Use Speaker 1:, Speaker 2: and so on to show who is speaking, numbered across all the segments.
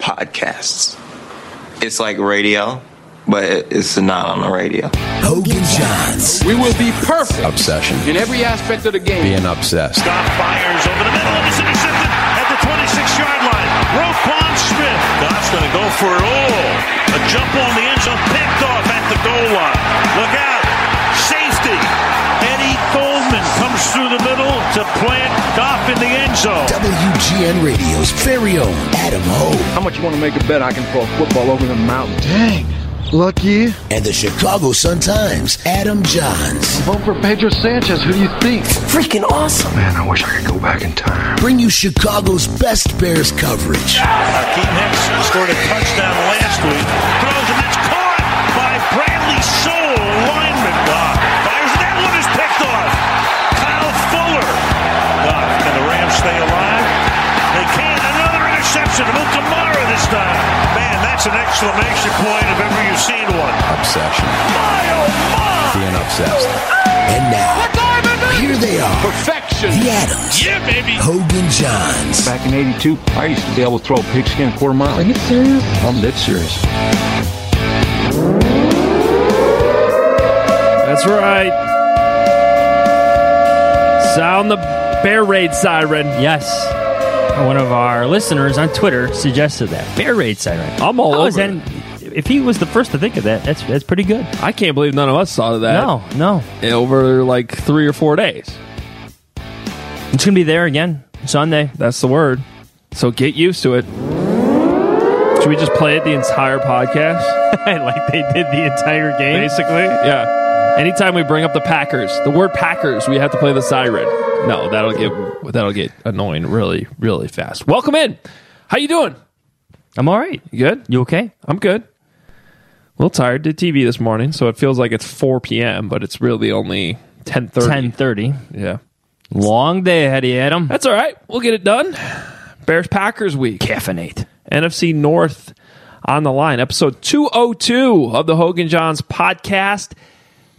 Speaker 1: podcasts. It's like radio, but it- it's not on the radio.
Speaker 2: Hogan Johns.
Speaker 3: We will be perfect
Speaker 4: Obsession.
Speaker 3: in every aspect of the game.
Speaker 4: Being obsessed.
Speaker 5: Goff fires over the middle and it's intercepted at the 26-yard line. Roquan Smith. Goff's going to go for it all. A jump on the end zone, picked off at the goal line. Look out. Safety. Eddie Goldman comes through the middle to plant Goff in the end zone.
Speaker 2: WGN Radio's very own Adam Ho
Speaker 3: How much you want to make a bet I can throw a football over the mountain? Dang. Lucky.
Speaker 2: and the Chicago Sun Times, Adam Johns,
Speaker 3: Vote for Pedro Sanchez. Who do you think?
Speaker 2: freaking awesome,
Speaker 3: Man, I wish I could go back in time.
Speaker 2: bring you Chicago's best Bears coverage.
Speaker 5: Akeem Uh, Hicks scored a touchdown last week. Throws and that's caught by Bradley Soule, lineman. Goff fires and that one is picked off. Kyle Fuller. Goff, can the Rams stay alive? They can. Another interception. About Kamara this time. Man, that's an exclamation point if ever you've seen one.
Speaker 4: Obsession.
Speaker 5: My oh my!
Speaker 4: Being obsessed.
Speaker 2: And now, here they are,
Speaker 3: Perfection.
Speaker 2: the Adams,
Speaker 5: Yeah, baby.
Speaker 2: Hogan Johns,
Speaker 3: Back in 82, I used to be able to throw a pigskin a quarter mile. Are you serious? I'm dead serious.
Speaker 6: That's right.
Speaker 7: Sound the bear raid siren.
Speaker 6: Yes. One of our listeners on Twitter suggested that. Bear raid siren.
Speaker 7: I'm all
Speaker 6: I was
Speaker 7: over
Speaker 6: in- if he was the first to think of that, that's that's pretty good.
Speaker 7: I can't believe none of us thought of that.
Speaker 6: No, no.
Speaker 7: Over like three or four days.
Speaker 6: It's going to be there again Sunday.
Speaker 7: That's the word. So get used to it. Should we just play it the entire podcast?
Speaker 6: like they did the entire game.
Speaker 7: Basically, yeah. Anytime we bring up the Packers, the word Packers, we have to play the siren. No, that'll get that'll get annoying really, really fast. Welcome in. How you doing?
Speaker 6: I'm all right.
Speaker 7: You good?
Speaker 6: You okay?
Speaker 7: I'm good. A little tired. Did TV this morning, so it feels like it's 4 p.m., but it's really only 10:30.
Speaker 6: 10:30.
Speaker 7: Yeah,
Speaker 6: Long day ahead of you, Adam.
Speaker 7: that's all right. We'll get it done. Bears Packers week.
Speaker 6: Caffeinate.
Speaker 7: NFC North on the line. Episode 202 of the Hogan Johns podcast.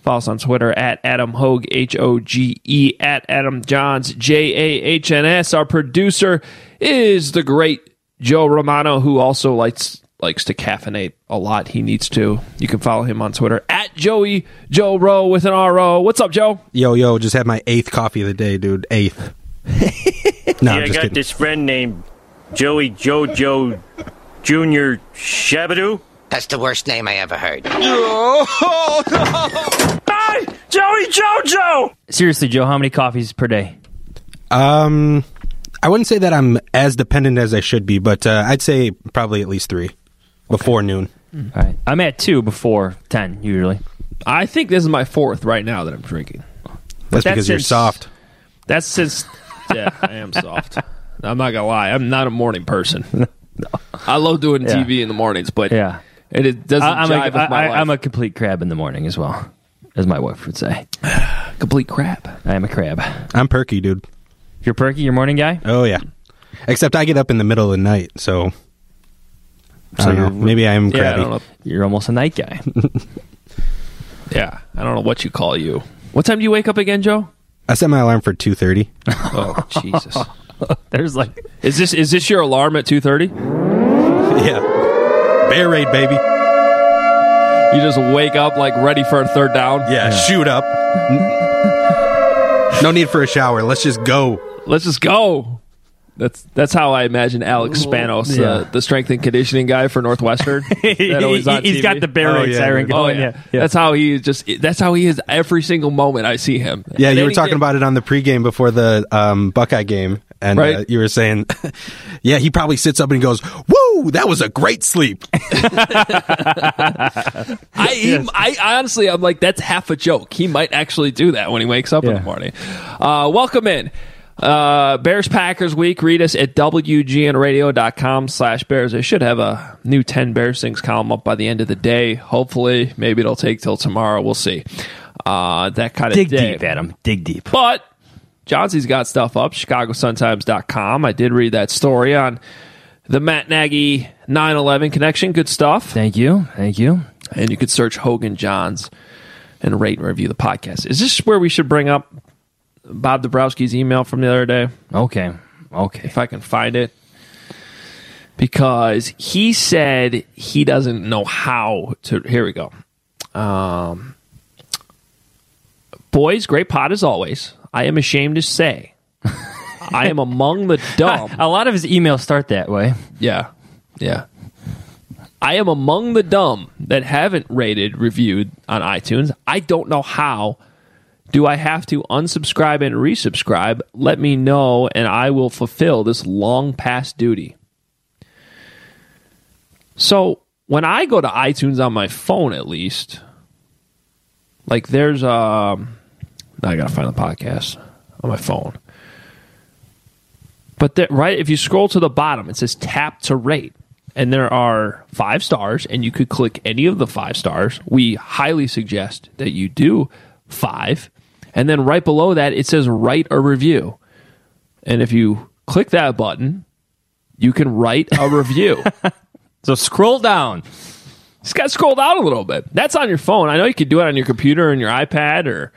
Speaker 7: Follow us on Twitter at Adam Hogue, H O G E, at Adam Johns, J A H N S. Our producer is the great Joe Romano, who also likes likes to caffeinate a lot. He needs to. You can follow him on Twitter at Joey Joe Rowe with an R O. What's up, Joe?
Speaker 8: Yo, yo, just had my eighth coffee of the day, dude. Eighth. no, I'm
Speaker 5: I
Speaker 8: just
Speaker 5: got
Speaker 8: kidding.
Speaker 5: this friend named Joey Jojo Junior Shabadoo.
Speaker 9: That's the worst name I ever heard.
Speaker 5: Hi, Joey Jojo.
Speaker 6: Seriously, Joe, how many coffees per day?
Speaker 8: Um, I wouldn't say that I'm as dependent as I should be, but uh, I'd say probably at least three before noon.
Speaker 6: All right. I'm at 2 before 10 usually.
Speaker 7: I think this is my fourth right now that I'm drinking.
Speaker 8: That's,
Speaker 7: that's
Speaker 8: because you're
Speaker 7: since-
Speaker 8: soft.
Speaker 7: That's since yeah, I am soft. I'm not gonna lie, I'm not a morning person. I love doing
Speaker 6: Yeah.
Speaker 7: TV in the mornings, but
Speaker 6: Yeah.
Speaker 7: it, it doesn't
Speaker 6: I, I'm,
Speaker 7: jive
Speaker 6: a,
Speaker 7: with my
Speaker 6: I,
Speaker 7: life.
Speaker 6: I'm a complete crab in the morning as well, as my wife would say.
Speaker 7: complete crap.
Speaker 6: I am a crab.
Speaker 8: I'm perky, dude.
Speaker 6: You're perky, you're a morning guy?
Speaker 8: Oh, yeah. Except I get up in the middle of the night, so. I don't know. Maybe I am
Speaker 7: Yeah, I
Speaker 8: crabby.
Speaker 7: don't know.
Speaker 6: You're almost a night guy.
Speaker 7: Yeah, I don't know what you call you. What time do you wake up again, Joe?
Speaker 8: I set my alarm for 2.30.
Speaker 7: Oh Jesus!
Speaker 6: There's like
Speaker 7: Is this is this your alarm at two thirty? You
Speaker 8: yeah. Bear raid, baby. Yeah,
Speaker 7: just wake up like ready for a third down.
Speaker 8: shoot up. no need for a shower. Let's just go.
Speaker 7: let's just go. That's that's how I imagine Alex Spanos, uh,
Speaker 6: Yeah.
Speaker 7: the, the strength and conditioning guy for Northwestern.
Speaker 6: he,
Speaker 7: That always on
Speaker 6: has
Speaker 7: TV.
Speaker 6: got the bear
Speaker 8: Oh,
Speaker 6: raid
Speaker 8: yeah,
Speaker 6: siren
Speaker 8: dude.
Speaker 7: Oh
Speaker 6: going.
Speaker 7: yeah.
Speaker 6: yeah.
Speaker 7: that's how he is. Just that's how he is every single moment I see him.
Speaker 8: Yeah,
Speaker 7: And
Speaker 8: you were
Speaker 7: then
Speaker 8: talking
Speaker 7: he-
Speaker 8: about it on the pregame before the um, Buckeye game, and
Speaker 7: Right.
Speaker 8: uh, you were saying, "Yeah, he probably sits up and he goes, woo, that was a great sleep.'
Speaker 7: I, he- I honestly, I'm like, that's half a joke. He might actually do that when he wakes up in the
Speaker 6: Yeah.
Speaker 7: morning. Uh, welcome in. Uh, Bears Packers week. Read us at wgnradio.com slash bears. I should have a new 10 Bears Things column up by the end of the day. Hopefully, maybe it'll take till tomorrow. We'll see. Uh, that kind of
Speaker 6: Dig
Speaker 7: day.
Speaker 6: deep, Adam. Dig deep.
Speaker 7: But Johnson's got stuff up, chicagosuntimes.com. I did read that story on the Matt Nagy 9 11 connection. Good stuff.
Speaker 6: Thank you. Thank you.
Speaker 7: And you could search Hogan Johns and rate and review the podcast. Is this where we should bring up Bob Dabrowski's email from the other day?
Speaker 6: Okay. Okay.
Speaker 7: If I can find it. Because he said he doesn't know how to. Here we go. Um, boys, great pot as always. I am ashamed to say. I am among the dumb.
Speaker 6: A lot of his emails start that way.
Speaker 7: Yeah. Yeah. I am among the dumb that haven't rated reviewed on iTunes. I don't know how. Do I have to unsubscribe and resubscribe? Let me know and I will fulfill this long past duty. So, when I go to iTunes on my phone at least, like there's um now I got to find the podcast on my phone. But that, right, if you scroll to the bottom, it says tap to rate. And there are five stars, and you could click any of the five stars. We highly suggest that you do five. And then right below that, it says write a review. And if you click that button, you can write a review.
Speaker 6: So scroll down.
Speaker 7: Just got scroll down a little bit. That's on your phone. I know you could do it on your computer and your iPad or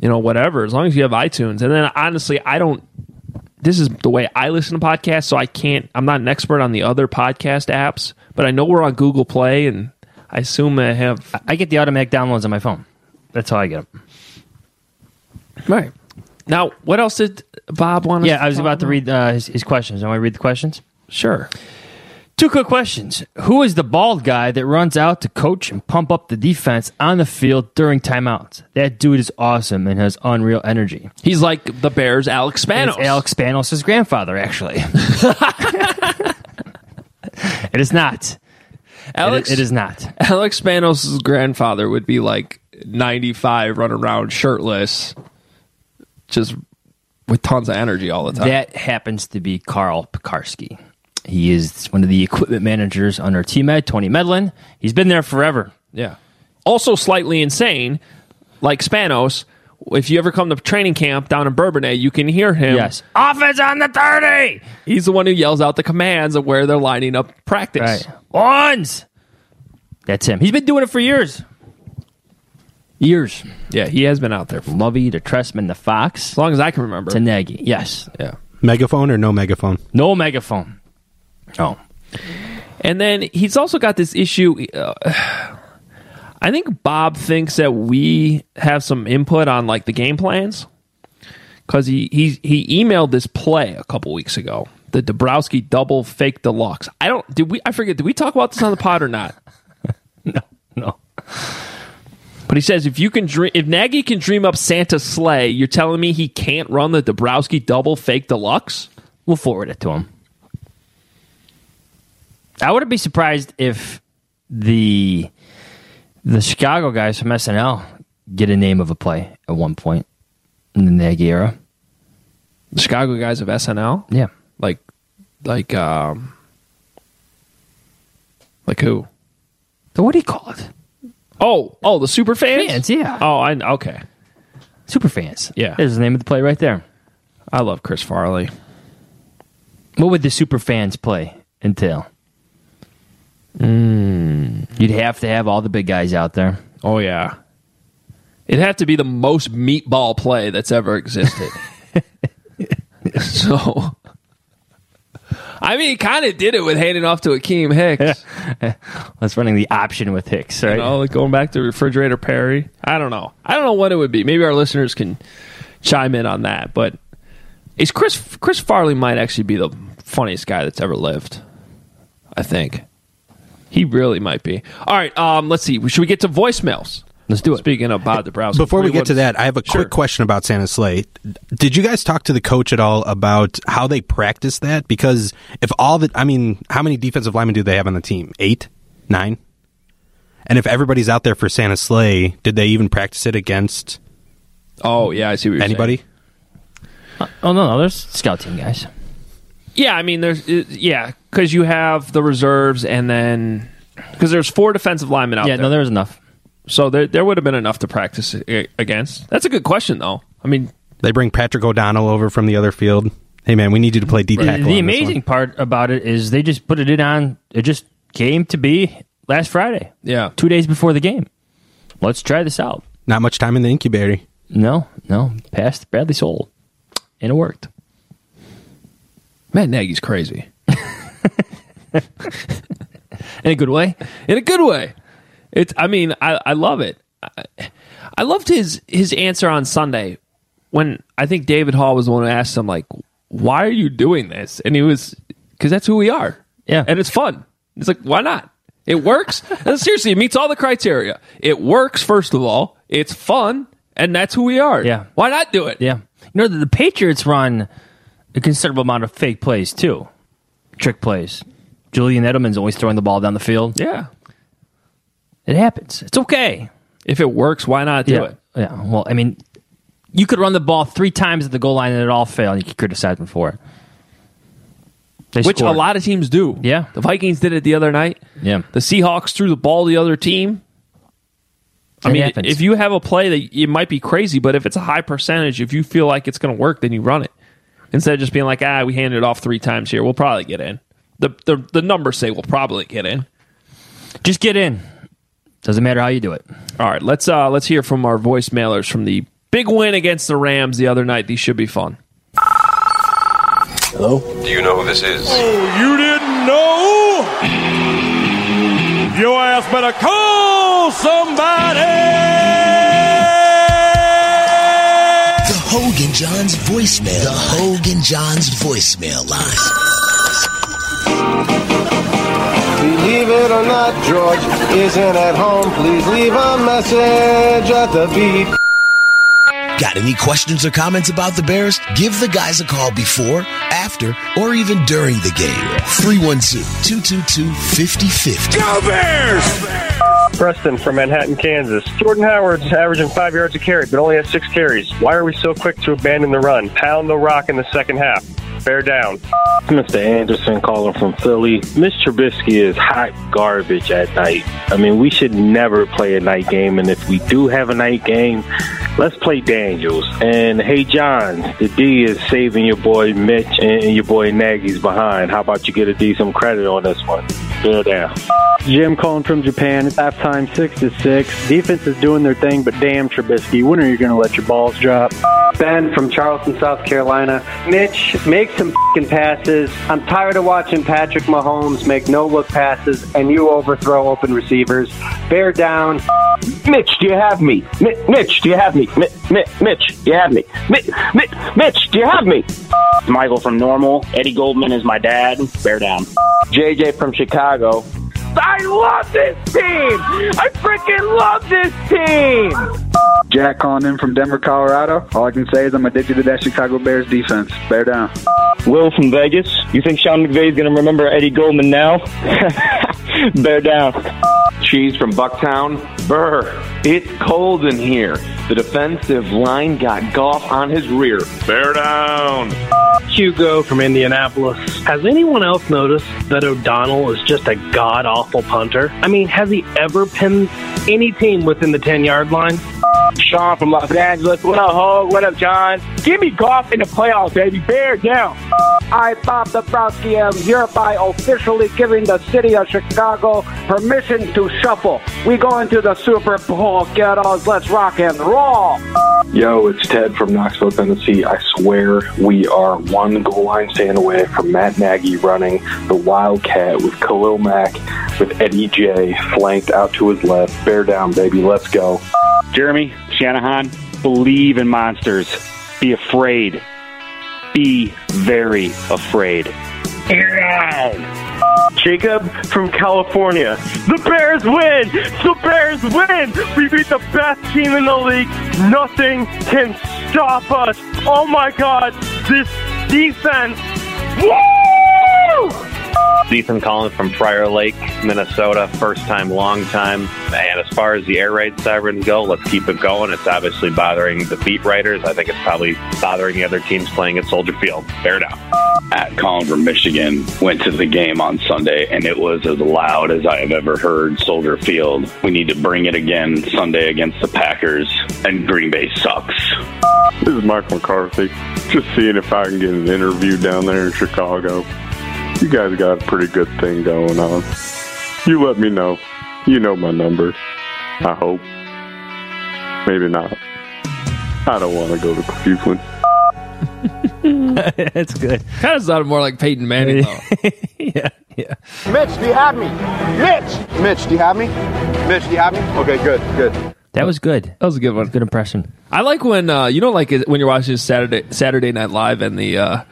Speaker 7: you know whatever, as long as you have iTunes. And then honestly, I don't. This is the way I listen to podcasts, so I can't. I'm not an expert on the other podcast apps, but I know we're on Google Play, and I assume I have
Speaker 6: I get the automatic downloads on my phone. That's how I get them.
Speaker 7: right now. What else did Bob want? us
Speaker 6: Yeah, I was
Speaker 7: talk
Speaker 6: about to read uh, his, his questions. Do I want to read the questions?
Speaker 7: Sure.
Speaker 6: Two quick questions. Who is the bald guy that runs out to coach and pump up the defense on the field during timeouts? That dude is awesome and has unreal energy.
Speaker 7: He's like the Bears, Alex
Speaker 6: And
Speaker 7: Spanos.
Speaker 6: It's Alex Spanos' grandfather, actually. it is not.
Speaker 7: Alex,
Speaker 6: It, it is not.
Speaker 7: Alex Spanos' grandfather would be like 95 running around shirtless, just with tons of energy all the time.
Speaker 6: That happens to be Carl Pekarski. He is one of the equipment managers under TMed, Tony Medlin. He's been there forever.
Speaker 7: yeah. Also, slightly insane, like Spanos. If you ever come to training camp down in Bourbonnais, you can hear him.
Speaker 6: Yes. Offense on the 30.
Speaker 7: He's the one who yells out the commands of where they're lining up practice.
Speaker 6: Right. Ones. That's him. He's been doing it for years. Years.
Speaker 7: Yeah, he has been out there for as
Speaker 6: Lovey, the Tressman, the Fox,
Speaker 7: long as I can remember.
Speaker 6: to Nagy. Yes.
Speaker 7: yeah.
Speaker 10: Megaphone or no megaphone?
Speaker 6: No megaphone. Oh.
Speaker 7: And then he's also got this issue. Uh, I think Bob thinks that we have some input on like the game plans because he, he he emailed this play a couple weeks ago, the Dabrowski double fake deluxe. I don't did we I forget did we talk about this on the pod or not?
Speaker 6: No.
Speaker 7: But he says if you can dream, if Nagy can dream up Santa's sleigh, you're telling me he can't run the Dabrowski double fake deluxe?
Speaker 6: We'll forward it to him. I wouldn't be surprised if the the Chicago guys from SNL get a name of a play at one point in the Nagy era.
Speaker 7: The Chicago guys of SNL,
Speaker 6: Yeah.
Speaker 7: like like um like who?
Speaker 6: So what do you call it?
Speaker 7: Oh, oh, the super fans.
Speaker 6: Fans, yeah.
Speaker 7: Oh, I okay.
Speaker 6: Super fans.
Speaker 7: Yeah.
Speaker 6: There's the name of the play right there.
Speaker 7: I love Chris Farley.
Speaker 6: What would the super fans play entail? Mm. You'd have to have all the big guys out there.
Speaker 7: Hmm. Oh yeah. It'd have to be the most meatball play that's ever existed. so, I mean, he kind of did it with handing off to Akeem Hicks.
Speaker 6: That's running the option with Hicks, right?
Speaker 7: You know, like going back to refrigerator Perry. I don't know. I don't know what it would be. Maybe our listeners can chime in on that. But is Chris Chris Farley might actually be the funniest guy that's ever lived. I think he really might be. All right. Um. Let's see. Should we get to voicemails?
Speaker 6: Let's do it.
Speaker 7: Speaking of Bob DeBrowski,
Speaker 10: Before we get to
Speaker 7: what's-
Speaker 10: that, I have a
Speaker 7: Sure.
Speaker 10: quick question about Santa's sleigh. Did you guys talk to the coach at all about how they practice that? Because if all the, I mean, how many defensive linemen do they have on the team? Eight, nine, and if everybody's out there for Santa's sleigh, did they even practice it against
Speaker 7: Oh yeah, I see what you're
Speaker 10: anybody?
Speaker 7: saying. Oh no, no, there's scout team guys.
Speaker 6: Yeah, I mean, there's uh, yeah, because you have the reserves and then because there's four defensive linemen out
Speaker 7: yeah,
Speaker 6: there.
Speaker 7: no, there was enough.
Speaker 6: so there there would have been enough to practice a- against. That's a good question though. I mean,
Speaker 11: They bring Patrick O'Donnell over from the other field. Hey man, we need you to play D
Speaker 7: The-
Speaker 11: tackle.
Speaker 7: the
Speaker 11: on this one.
Speaker 7: amazing part about it is they just put it in on it just came to be last Friday.
Speaker 6: Yeah.
Speaker 7: Two days before the game. Let's try this out.
Speaker 11: Not much time in the incubator.
Speaker 7: No, no. Passed Bradley Soul. And it worked.
Speaker 6: Matt Nagy's crazy
Speaker 7: In a good way.
Speaker 6: in a good way. It's I mean, I I love it. I, I loved his his answer on Sunday when I think David Hall was the one who asked him like, "Why are you doing this?" And he was because that's who we are.
Speaker 7: Yeah.
Speaker 6: and it's fun. It's like why not? It works. And seriously, it meets all the criteria. It works. First of all, it's fun, and that's who we are.
Speaker 7: Yeah.
Speaker 6: why not do it?
Speaker 7: Yeah. You know, the, the Patriots run a considerable amount of fake plays, too. Trick plays. Julian Edelman's always throwing the ball down the field.
Speaker 6: yeah.
Speaker 7: It happens. It's okay.
Speaker 6: If it works, why not do
Speaker 7: yeah.
Speaker 6: it?
Speaker 7: Yeah. Well, I mean, you could run the ball three times at the goal line and it all fail, and you could criticize them for it. They
Speaker 6: Which
Speaker 7: scored.
Speaker 6: a lot of teams do.
Speaker 7: Yeah.
Speaker 6: the Vikings did it the other night.
Speaker 7: Yeah.
Speaker 6: The Seahawks threw the ball to the other team. I
Speaker 7: It
Speaker 6: mean,
Speaker 7: happens.
Speaker 6: if you have a play that it might be crazy, but if it's a high percentage, if you feel like it's going to work, then you run it instead of just being like, ah, we handed it off three times here. We'll probably get in. The the, the numbers say we'll probably get in.
Speaker 7: Just get in. Doesn't matter how you do it.
Speaker 6: All right, let's uh let's hear from our voicemailers from the big win against the Rams the other night. These should be fun.
Speaker 5: Do you know who this is?
Speaker 12: You didn't know? Your ass better call somebody!
Speaker 8: The Hogan Johns voicemail. The Hogan Johns voicemail line.
Speaker 5: Believe it or not, George isn't at home. Please leave a message at the beep.
Speaker 8: Got any questions or comments about the Bears? Give the guys a call before, after, or even during the game. 312 222 5050.
Speaker 5: Preston from Manhattan, Kansas. Jordan Howard's averaging five yards a carry, but only has six carries. Why are we so quick to abandon the run? Pound the rock in the second half. Bear down. Mr. Anderson calling from Philly. Mitch Trubisky is hot garbage at night. I mean, we should never play a night game, and if we do have a night game, let's play Daniels. And hey, John, the D is saving your boy Mitch and your boy Nagy's behind. How about you get a D some credit on this one? Bear down. Jim calling from Japan. It's halftime, six to six. Defense is doing their thing, but damn, Trubisky, when are you going to let your balls drop? Ben from Charleston, South Carolina. Mitch, make some fing passes. I'm tired of watching Patrick Mahomes make no look passes, and you overthrow open receivers. Bear down. Mitch, do you have me? Mi- Mitch, do you have me? Mi- Mi- Mitch, do you have me? Mi- Mi- Mitch, do you have me? Michael from Normal. Eddie Goldman is my dad. Bear down. JJ from Chicago. I love this team. I freaking love this team.
Speaker 3: Jack calling in from Denver, Colorado. All I can say is I'm addicted to that Chicago Bears defense. Bear down.
Speaker 5: Will from Vegas. You think Sean McVay is going to remember Eddie Goldman now? Bear down. Cheese from Bucktown. Burr. It's cold in here. The defensive line got golf on his rear.
Speaker 12: Bear down!
Speaker 5: Hugo from Indianapolis. Has anyone else noticed that O'Donnell is just a god awful punter? I mean, has he ever pinned any team within the 10 yard line? Sean from Los Angeles. What up, Hog? What up, John? Give me golf in the playoffs, baby. Bear down. I, Bob Dabrowski, am hereby officially giving the city of Chicago permission to shuffle. We go into the Super Bowl, kiddos. Let's rock and roll.
Speaker 3: Yo, it's Ted from Knoxville, Tennessee. I swear we are one goal line stand away from Matt Nagy running the Wildcat with Khalil Mack with Eddie J flanked out to his left. Bear down, baby. Let's go.
Speaker 5: Jeremy Shanahan, believe in monsters. Be afraid. Be very afraid. Jacob from California. The Bears win! The Bears win! We beat the best team in the league. Nothing can stop us. Oh my god, this defense. Woo!
Speaker 13: Ethan Collins from Prior Lake, Minnesota. First time, long time. And as far as the air raid sirens go, let's keep it going. It's obviously bothering the beat writers. I think it's probably bothering the other teams playing at Soldier Field. Bear down.
Speaker 14: at Collin from Michigan. Went to the game on Sunday, and it was as loud as I have ever heard Soldier Field. We need to bring it again Sunday against the Packers, and Green Bay sucks.
Speaker 15: This is Mike McCarthy. Just seeing if I can get an interview down there in Chicago. You guys got a pretty good thing going on. You let me know. You know my number. I hope. Maybe not. I don't want to go to Cleveland.
Speaker 7: That's good.
Speaker 6: Kind of sounded more like Peyton Manning, though.
Speaker 7: yeah, yeah.
Speaker 16: Mitch, do you have me? Mitch! Mitch, do you have me? Mitch, do you have me? Okay, good, good.
Speaker 7: That was good.
Speaker 6: That was a good one.
Speaker 7: Good impression.
Speaker 6: I like when uh, you know, like it- when you're watching Saturday Saturday Night Live and the uh,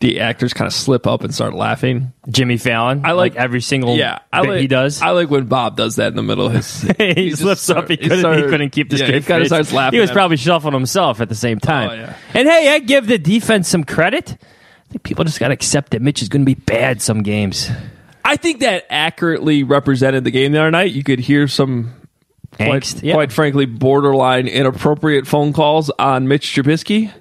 Speaker 6: the actors kind of slip up and start laughing.
Speaker 7: Jimmy Fallon. I like, every single
Speaker 6: yeah, I
Speaker 7: bit
Speaker 6: like,
Speaker 7: he does.
Speaker 6: I like when Bob does that in the middle of his.
Speaker 7: he, slips up.
Speaker 6: started- he
Speaker 7: He couldn't, he
Speaker 6: started-
Speaker 7: couldn't keep the
Speaker 6: yeah, he
Speaker 7: straight
Speaker 6: kinda
Speaker 7: face.
Speaker 6: starts laughing
Speaker 7: He was
Speaker 6: at
Speaker 7: probably shuffling himself at the same time.
Speaker 6: Oh, yeah.
Speaker 7: And hey, I give the defense some credit. I think people just got to accept that Mitch is going to be bad some games.
Speaker 6: I think that accurately represented the game the other night. You could hear some quite,
Speaker 7: Angst, yeah.
Speaker 6: quite frankly borderline inappropriate phone calls on Mitch Trubisky,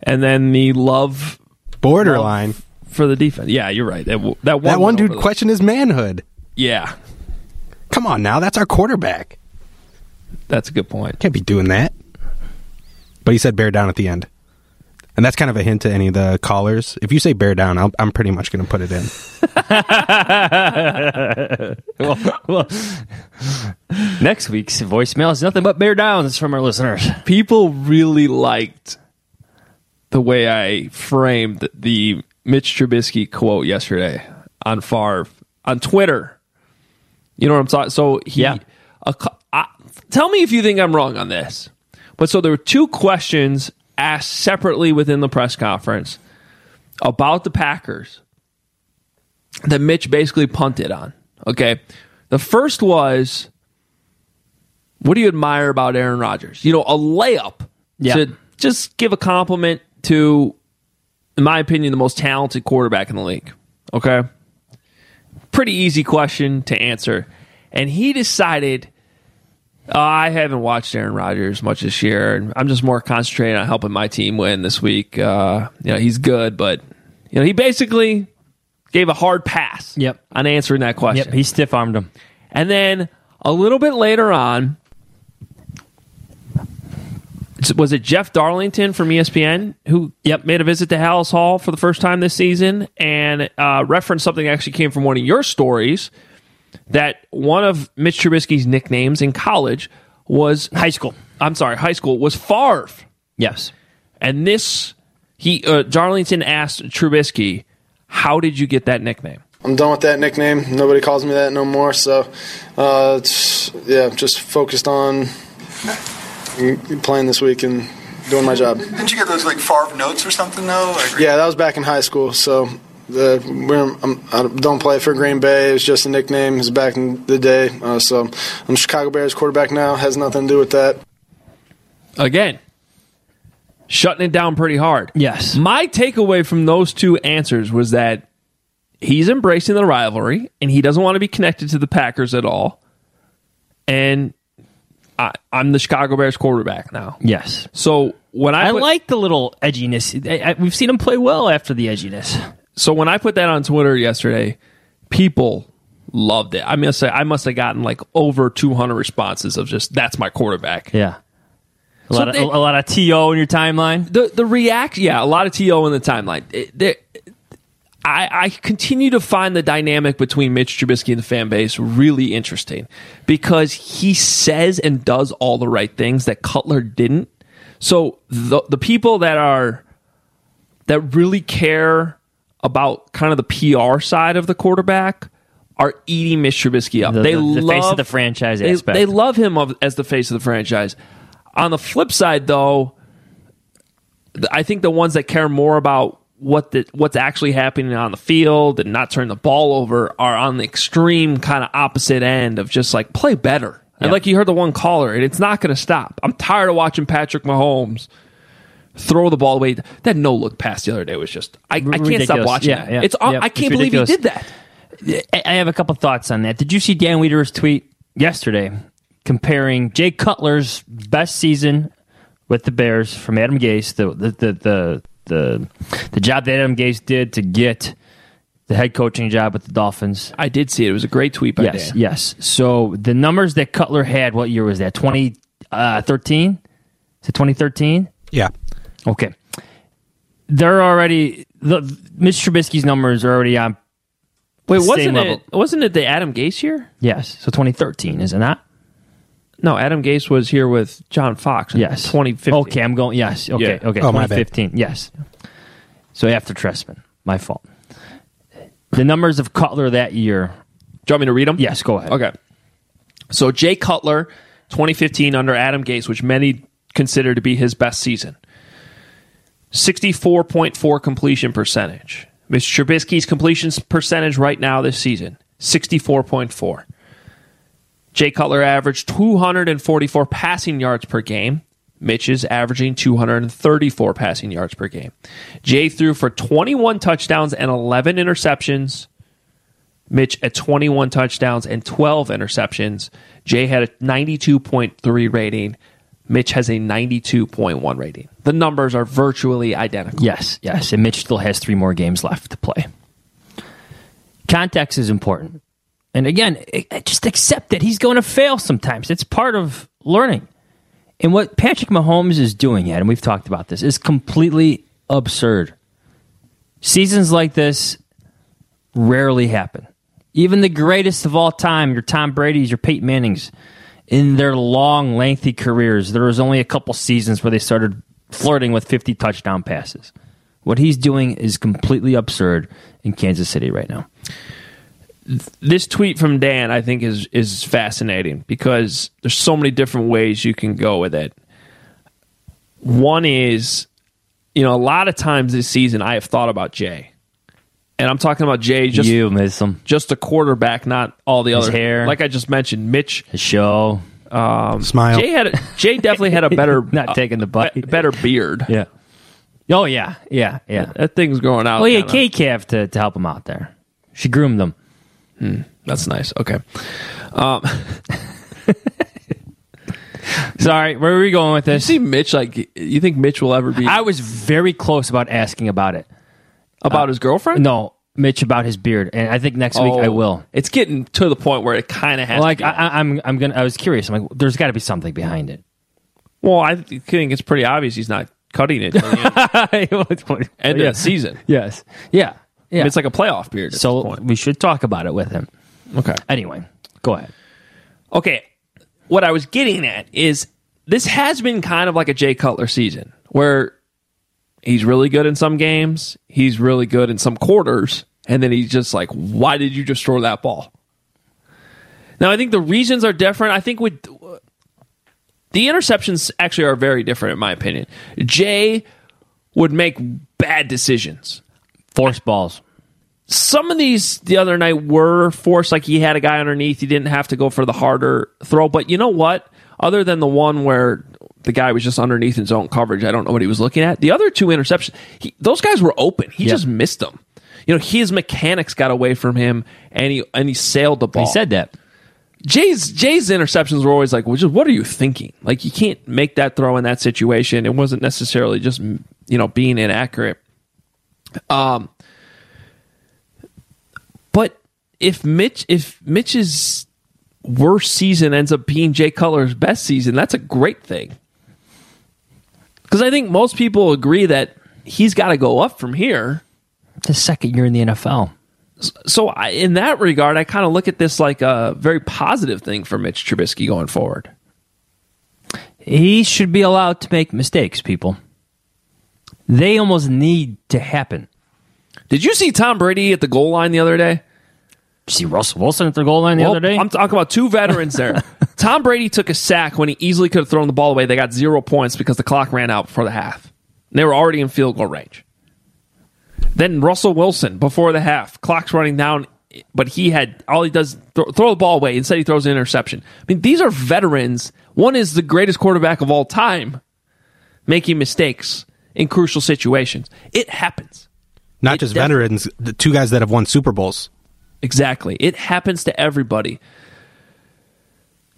Speaker 6: and then the love
Speaker 5: borderline
Speaker 6: for the defense. Yeah, you're right. That, w- that one,
Speaker 5: that one
Speaker 6: went
Speaker 5: dude
Speaker 6: over the-
Speaker 5: questioned his manhood.
Speaker 6: Yeah,
Speaker 5: Come on now, that's our quarterback.
Speaker 6: That's a good point.
Speaker 5: Can't be doing that. But he said bear down at the end. And that's kind of a hint to any of the callers. If you say bear down, I'll, I'm pretty much going to put it in.
Speaker 7: well, well, next week's voicemail is nothing but bear downs from our listeners.
Speaker 6: people really liked the way I framed the Mitch Trubisky quote yesterday on Favre on Twitter. You know what I'm talking? So he, yeah. tell me if you think I'm wrong on this. But so there were two questions asked separately within the press conference about the Packers that Mitch basically punted on. Okay, the first was. What do you admire about Aaron Rodgers? You know, a layup
Speaker 7: Yeah.
Speaker 6: to just give a compliment to, in my opinion, the most talented quarterback in the league. Okay. Pretty easy question to answer. And he decided, "Oh, I haven't watched Aaron Rodgers much this year, and I'm just more concentrated on helping my team win this week. Uh, you know, he's good, but, you know, he basically gave a hard pass
Speaker 7: Yep.
Speaker 6: on answering that question.
Speaker 7: Yep. He stiff armed him.
Speaker 6: And then a little bit later on, was it Jeff Darlington from E ESPN who yep. made a visit to Hallis Hall for the first time this season and uh, referenced something that actually came from one of your stories that one of Mitch Trubisky's nicknames in college was
Speaker 7: high school.
Speaker 6: I'm sorry, high school was Favre.
Speaker 7: Yes.
Speaker 6: And this, he uh, Darlington asked Trubisky, "How did you get that nickname?"
Speaker 17: I'm done with that nickname. Nobody calls me that no more. So, uh, it's- yeah, just focused on playing this week and doing my job.
Speaker 18: Didn't you get those like Favre notes or something though? Like,
Speaker 17: Yeah, that was back in high school. So, the, we're, I'm, I don't play for Green Bay. It was just a nickname. It was back in the day. Uh, so, I'm Chicago Bears quarterback now. Has nothing to do with that.
Speaker 6: again shutting it down pretty hard
Speaker 7: yes
Speaker 6: my takeaway from those two answers was that he's embracing the rivalry and he doesn't want to be connected to the packers at all and I, i'm the chicago bears quarterback now
Speaker 7: Yes.
Speaker 6: so when i,
Speaker 7: I
Speaker 6: put-
Speaker 7: like the little edginess. I, I, we've seen him play well after the edginess.
Speaker 6: so when i put that on twitter yesterday people loved it i must say i must have gotten like over 200 responses of just that's my quarterback
Speaker 7: Yeah. A
Speaker 6: So
Speaker 7: lot, of,
Speaker 6: they-
Speaker 7: a lot of TO in your timeline.
Speaker 6: the the react yeah a lot of to in the timeline It- there- I, I continue to find the dynamic between Mitch Trubisky and the fan base really interesting because he says and does all the right things that Cutler didn't. So the the people that are that really care about kind of the PR side of the quarterback are eating Mitch Trubisky up.
Speaker 7: The-
Speaker 6: they
Speaker 7: the- the
Speaker 6: love
Speaker 7: face of the franchise
Speaker 6: they,
Speaker 7: aspect.
Speaker 6: They love him of, as the face of the franchise. On the flip side, though, th- I think the ones that care more about what the what's actually happening on the field and not turn the ball over are on the extreme kind of opposite end of just like play better. And like you heard the one caller, and it's not going to stop. I'm tired of watching Patrick Mahomes throw the ball away. That no look pass the other day was just I, I can't stop
Speaker 7: Ridiculous.
Speaker 6: watching.
Speaker 7: Yeah,
Speaker 6: that.
Speaker 7: yeah.
Speaker 6: It's un-
Speaker 7: Yep.
Speaker 6: I can't
Speaker 7: It's
Speaker 6: believe
Speaker 7: ridiculous.
Speaker 6: he did that.
Speaker 7: I I have a couple thoughts on that. Did you see Dan Wieder's tweet yesterday comparing Jay Cutler's best season with the Bears from Adam Gase, the the the the the, the job that Adam Gase did to get the head coaching job with the Dolphins?
Speaker 6: I did see it. It was a great tweet by
Speaker 7: yes,
Speaker 6: Dan.
Speaker 7: Yes, So the numbers that Cutler had, what year was that? 2013? Is it 2013?
Speaker 5: Yeah.
Speaker 7: Okay. They're already, the, Mitch Trubisky's numbers are already on
Speaker 6: Wait,
Speaker 7: the same
Speaker 6: wasn't
Speaker 7: level.
Speaker 6: it wasn't it the Adam Gase year?
Speaker 7: Yes. So 2013, is it not?
Speaker 6: No, Adam Gase was here with John Fox. in
Speaker 7: Yes.
Speaker 6: 2015.
Speaker 7: Okay, I'm going. Yes. Okay.
Speaker 6: Yeah.
Speaker 7: Okay.
Speaker 6: Oh, my bad.
Speaker 7: 2015. Yes. So after Tressman, my fault. The numbers of Cutler that year.
Speaker 6: Do you want me to read them?
Speaker 7: Yes. Go ahead.
Speaker 6: Okay. So Jay Cutler, 2015 under Adam Gase, which many consider to be his best season. 64.4 completion percentage. Mitch Trubisky's completion percentage right now this season, 64.4. Jay Cutler averaged 244 passing yards per game. Mitch is averaging 234 passing yards per game. Jay threw for 21 touchdowns and 11 interceptions. Mitch at 21 touchdowns and 12 interceptions. Jay had a 92.3 rating. Mitch has a 92.1 rating. The numbers are virtually identical.
Speaker 7: Yes. Yes. And Mitch still has three more games left to play. Context is important. And again, I- I just accept that he's going to fail sometimes. It's part of learning. And what Patrick Mahomes is doing, Ed, and we've talked about this, is completely absurd. Seasons like this rarely happen. Even the greatest of all time, your Tom Brady's, your Peyton Manning's, in their long, lengthy careers, there was only a couple seasons where they started flirting with 50 touchdown passes. What he's doing is completely absurd in Kansas City right now.
Speaker 6: This tweet from Dan I think is is fascinating because there's so many different ways you can go with it. One is, you know, a lot of times this season I have thought about Jay. And I'm talking about Jay just
Speaker 7: you miss him.
Speaker 6: just the quarterback, not all the
Speaker 7: His
Speaker 6: other
Speaker 7: hair.
Speaker 6: Like I just mentioned, Mitch
Speaker 7: His show.
Speaker 6: Um,
Speaker 5: Smile.
Speaker 6: Jay had a, Jay definitely had a better uh,
Speaker 7: Not taking the bite.
Speaker 6: be- better beard.
Speaker 7: Yeah. Oh yeah, yeah, yeah.
Speaker 6: That, that thing's growing out.
Speaker 7: Oh yeah,
Speaker 6: kinda.
Speaker 7: K Cav to, to help him out there. She groomed him.
Speaker 6: That's nice. Okay. Um,
Speaker 7: Sorry, where were we going with
Speaker 6: you
Speaker 7: this?
Speaker 6: see Mitch like you think Mitch will ever be
Speaker 7: I was very close about asking about it.
Speaker 6: about his girlfriend?
Speaker 7: No, Mitch about his beard, and I think next week I
Speaker 6: Oh,
Speaker 7: will.
Speaker 6: It's getting to the point where it kind of has.
Speaker 7: Like
Speaker 6: to be.
Speaker 7: I, I- I'm, I'm gonna. I was curious. I'm like, there's got to be something behind it.
Speaker 6: well, I think it's pretty obvious he's not cutting it. Till the end, end
Speaker 7: Yeah.
Speaker 6: of the season.
Speaker 7: Yes. Yeah. Yeah.
Speaker 6: It's like a playoff beard. At this
Speaker 7: so
Speaker 6: point.
Speaker 7: we should talk about it with him.
Speaker 6: okay.
Speaker 7: Anyway, go ahead.
Speaker 6: okay, what I was getting at is this has been kind of like a Jay Cutler season where he's really good in some games, he's really good in some quarters, and then he's just like, why did you just throw that ball? Now, I think the reasons are different. I think with the interceptions actually are very different, in my opinion. Jay would make bad decisions
Speaker 7: Force balls.
Speaker 6: some of these the other night were forced. Like he had a guy underneath. He didn't have to go for the harder throw. But you know what? Other than the one where the guy was just underneath his own coverage, I don't know what he was looking at. The other two interceptions, he, those guys were open. He
Speaker 7: Yeah.
Speaker 6: just missed them. You know, his mechanics got away from him, and he and he sailed the ball.
Speaker 7: He said that.
Speaker 6: Jay's Jay's interceptions were always like, well, just what are you thinking? Like you can't make that throw in that situation. It wasn't necessarily just you know being inaccurate. Um, but if Mitch if Mitch's worst season ends up being Jay Cutler's best season, that's a great thing. Because I think most people agree that he's got to go up from here.
Speaker 7: It's his second year in the NFL.
Speaker 6: So I, in that regard, I kind of look at this like a very positive thing for Mitch Trubisky going forward.
Speaker 7: He should be allowed to make mistakes, people. They almost need to happen.
Speaker 6: Did you see Tom Brady at the goal line the other day?
Speaker 7: See Russell Wilson at the goal line the
Speaker 6: Well,
Speaker 7: other day.
Speaker 6: I'm talking about two veterans there. Tom Brady took a sack when he easily could have thrown the ball away. They got zero points because the clock ran out before the half. They were already in field goal range. Then Russell Wilson before the half, clock's running down, but he had all he does throw, throw the ball away. Instead, he throws an interception. I mean, these are veterans. One is the greatest quarterback of all time, making mistakes. in crucial situations. It happens.
Speaker 5: Not just veterans, the two guys that have won Super Bowls.
Speaker 6: Exactly. It happens to everybody.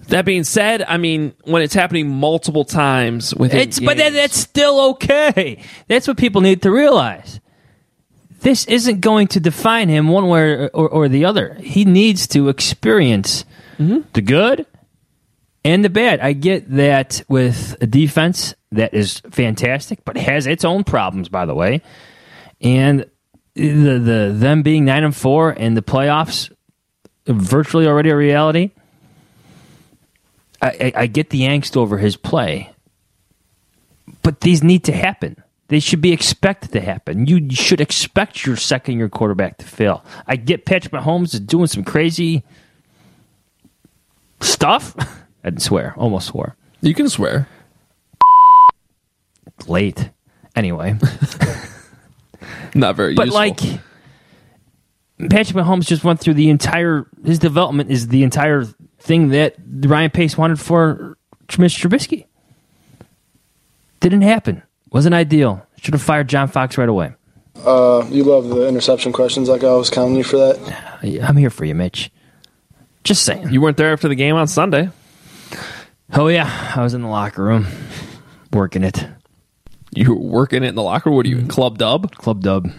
Speaker 6: That being said, I mean, when it's happening multiple times within
Speaker 7: It's but that,
Speaker 6: games-
Speaker 7: that's still okay. That's what people need to realize. This isn't going to define him one way or, or, or the other. He needs to experience the good and the bad. I get that with a defense that is fantastic, but has its own problems, by the way. And the the them being nine and four and the playoffs virtually already a reality. I, I, I get the angst over his play, but these need to happen. They should be expected to happen. You should expect your second year quarterback to fail. I get Patrick Mahomes is doing some crazy stuff. I didn't swear, almost swore.
Speaker 6: You can swear.
Speaker 7: Late. Anyway.
Speaker 6: Not very
Speaker 7: But
Speaker 6: useful.
Speaker 7: like Patrick Mahomes just went through the entire his development is the entire thing that Ryan Pace wanted for Mitch Trubisky. Didn't happen. Wasn't ideal. Should have fired John Fox right away.
Speaker 17: Uh, you love the interception questions. Like I was counting you for that.
Speaker 7: I'm here for you, Mitch. Just saying.
Speaker 6: You weren't there after the game on Sunday.
Speaker 7: Oh yeah, I was in the locker room working it.
Speaker 6: You were working it in the locker. What are you in club dub?
Speaker 7: Club dub.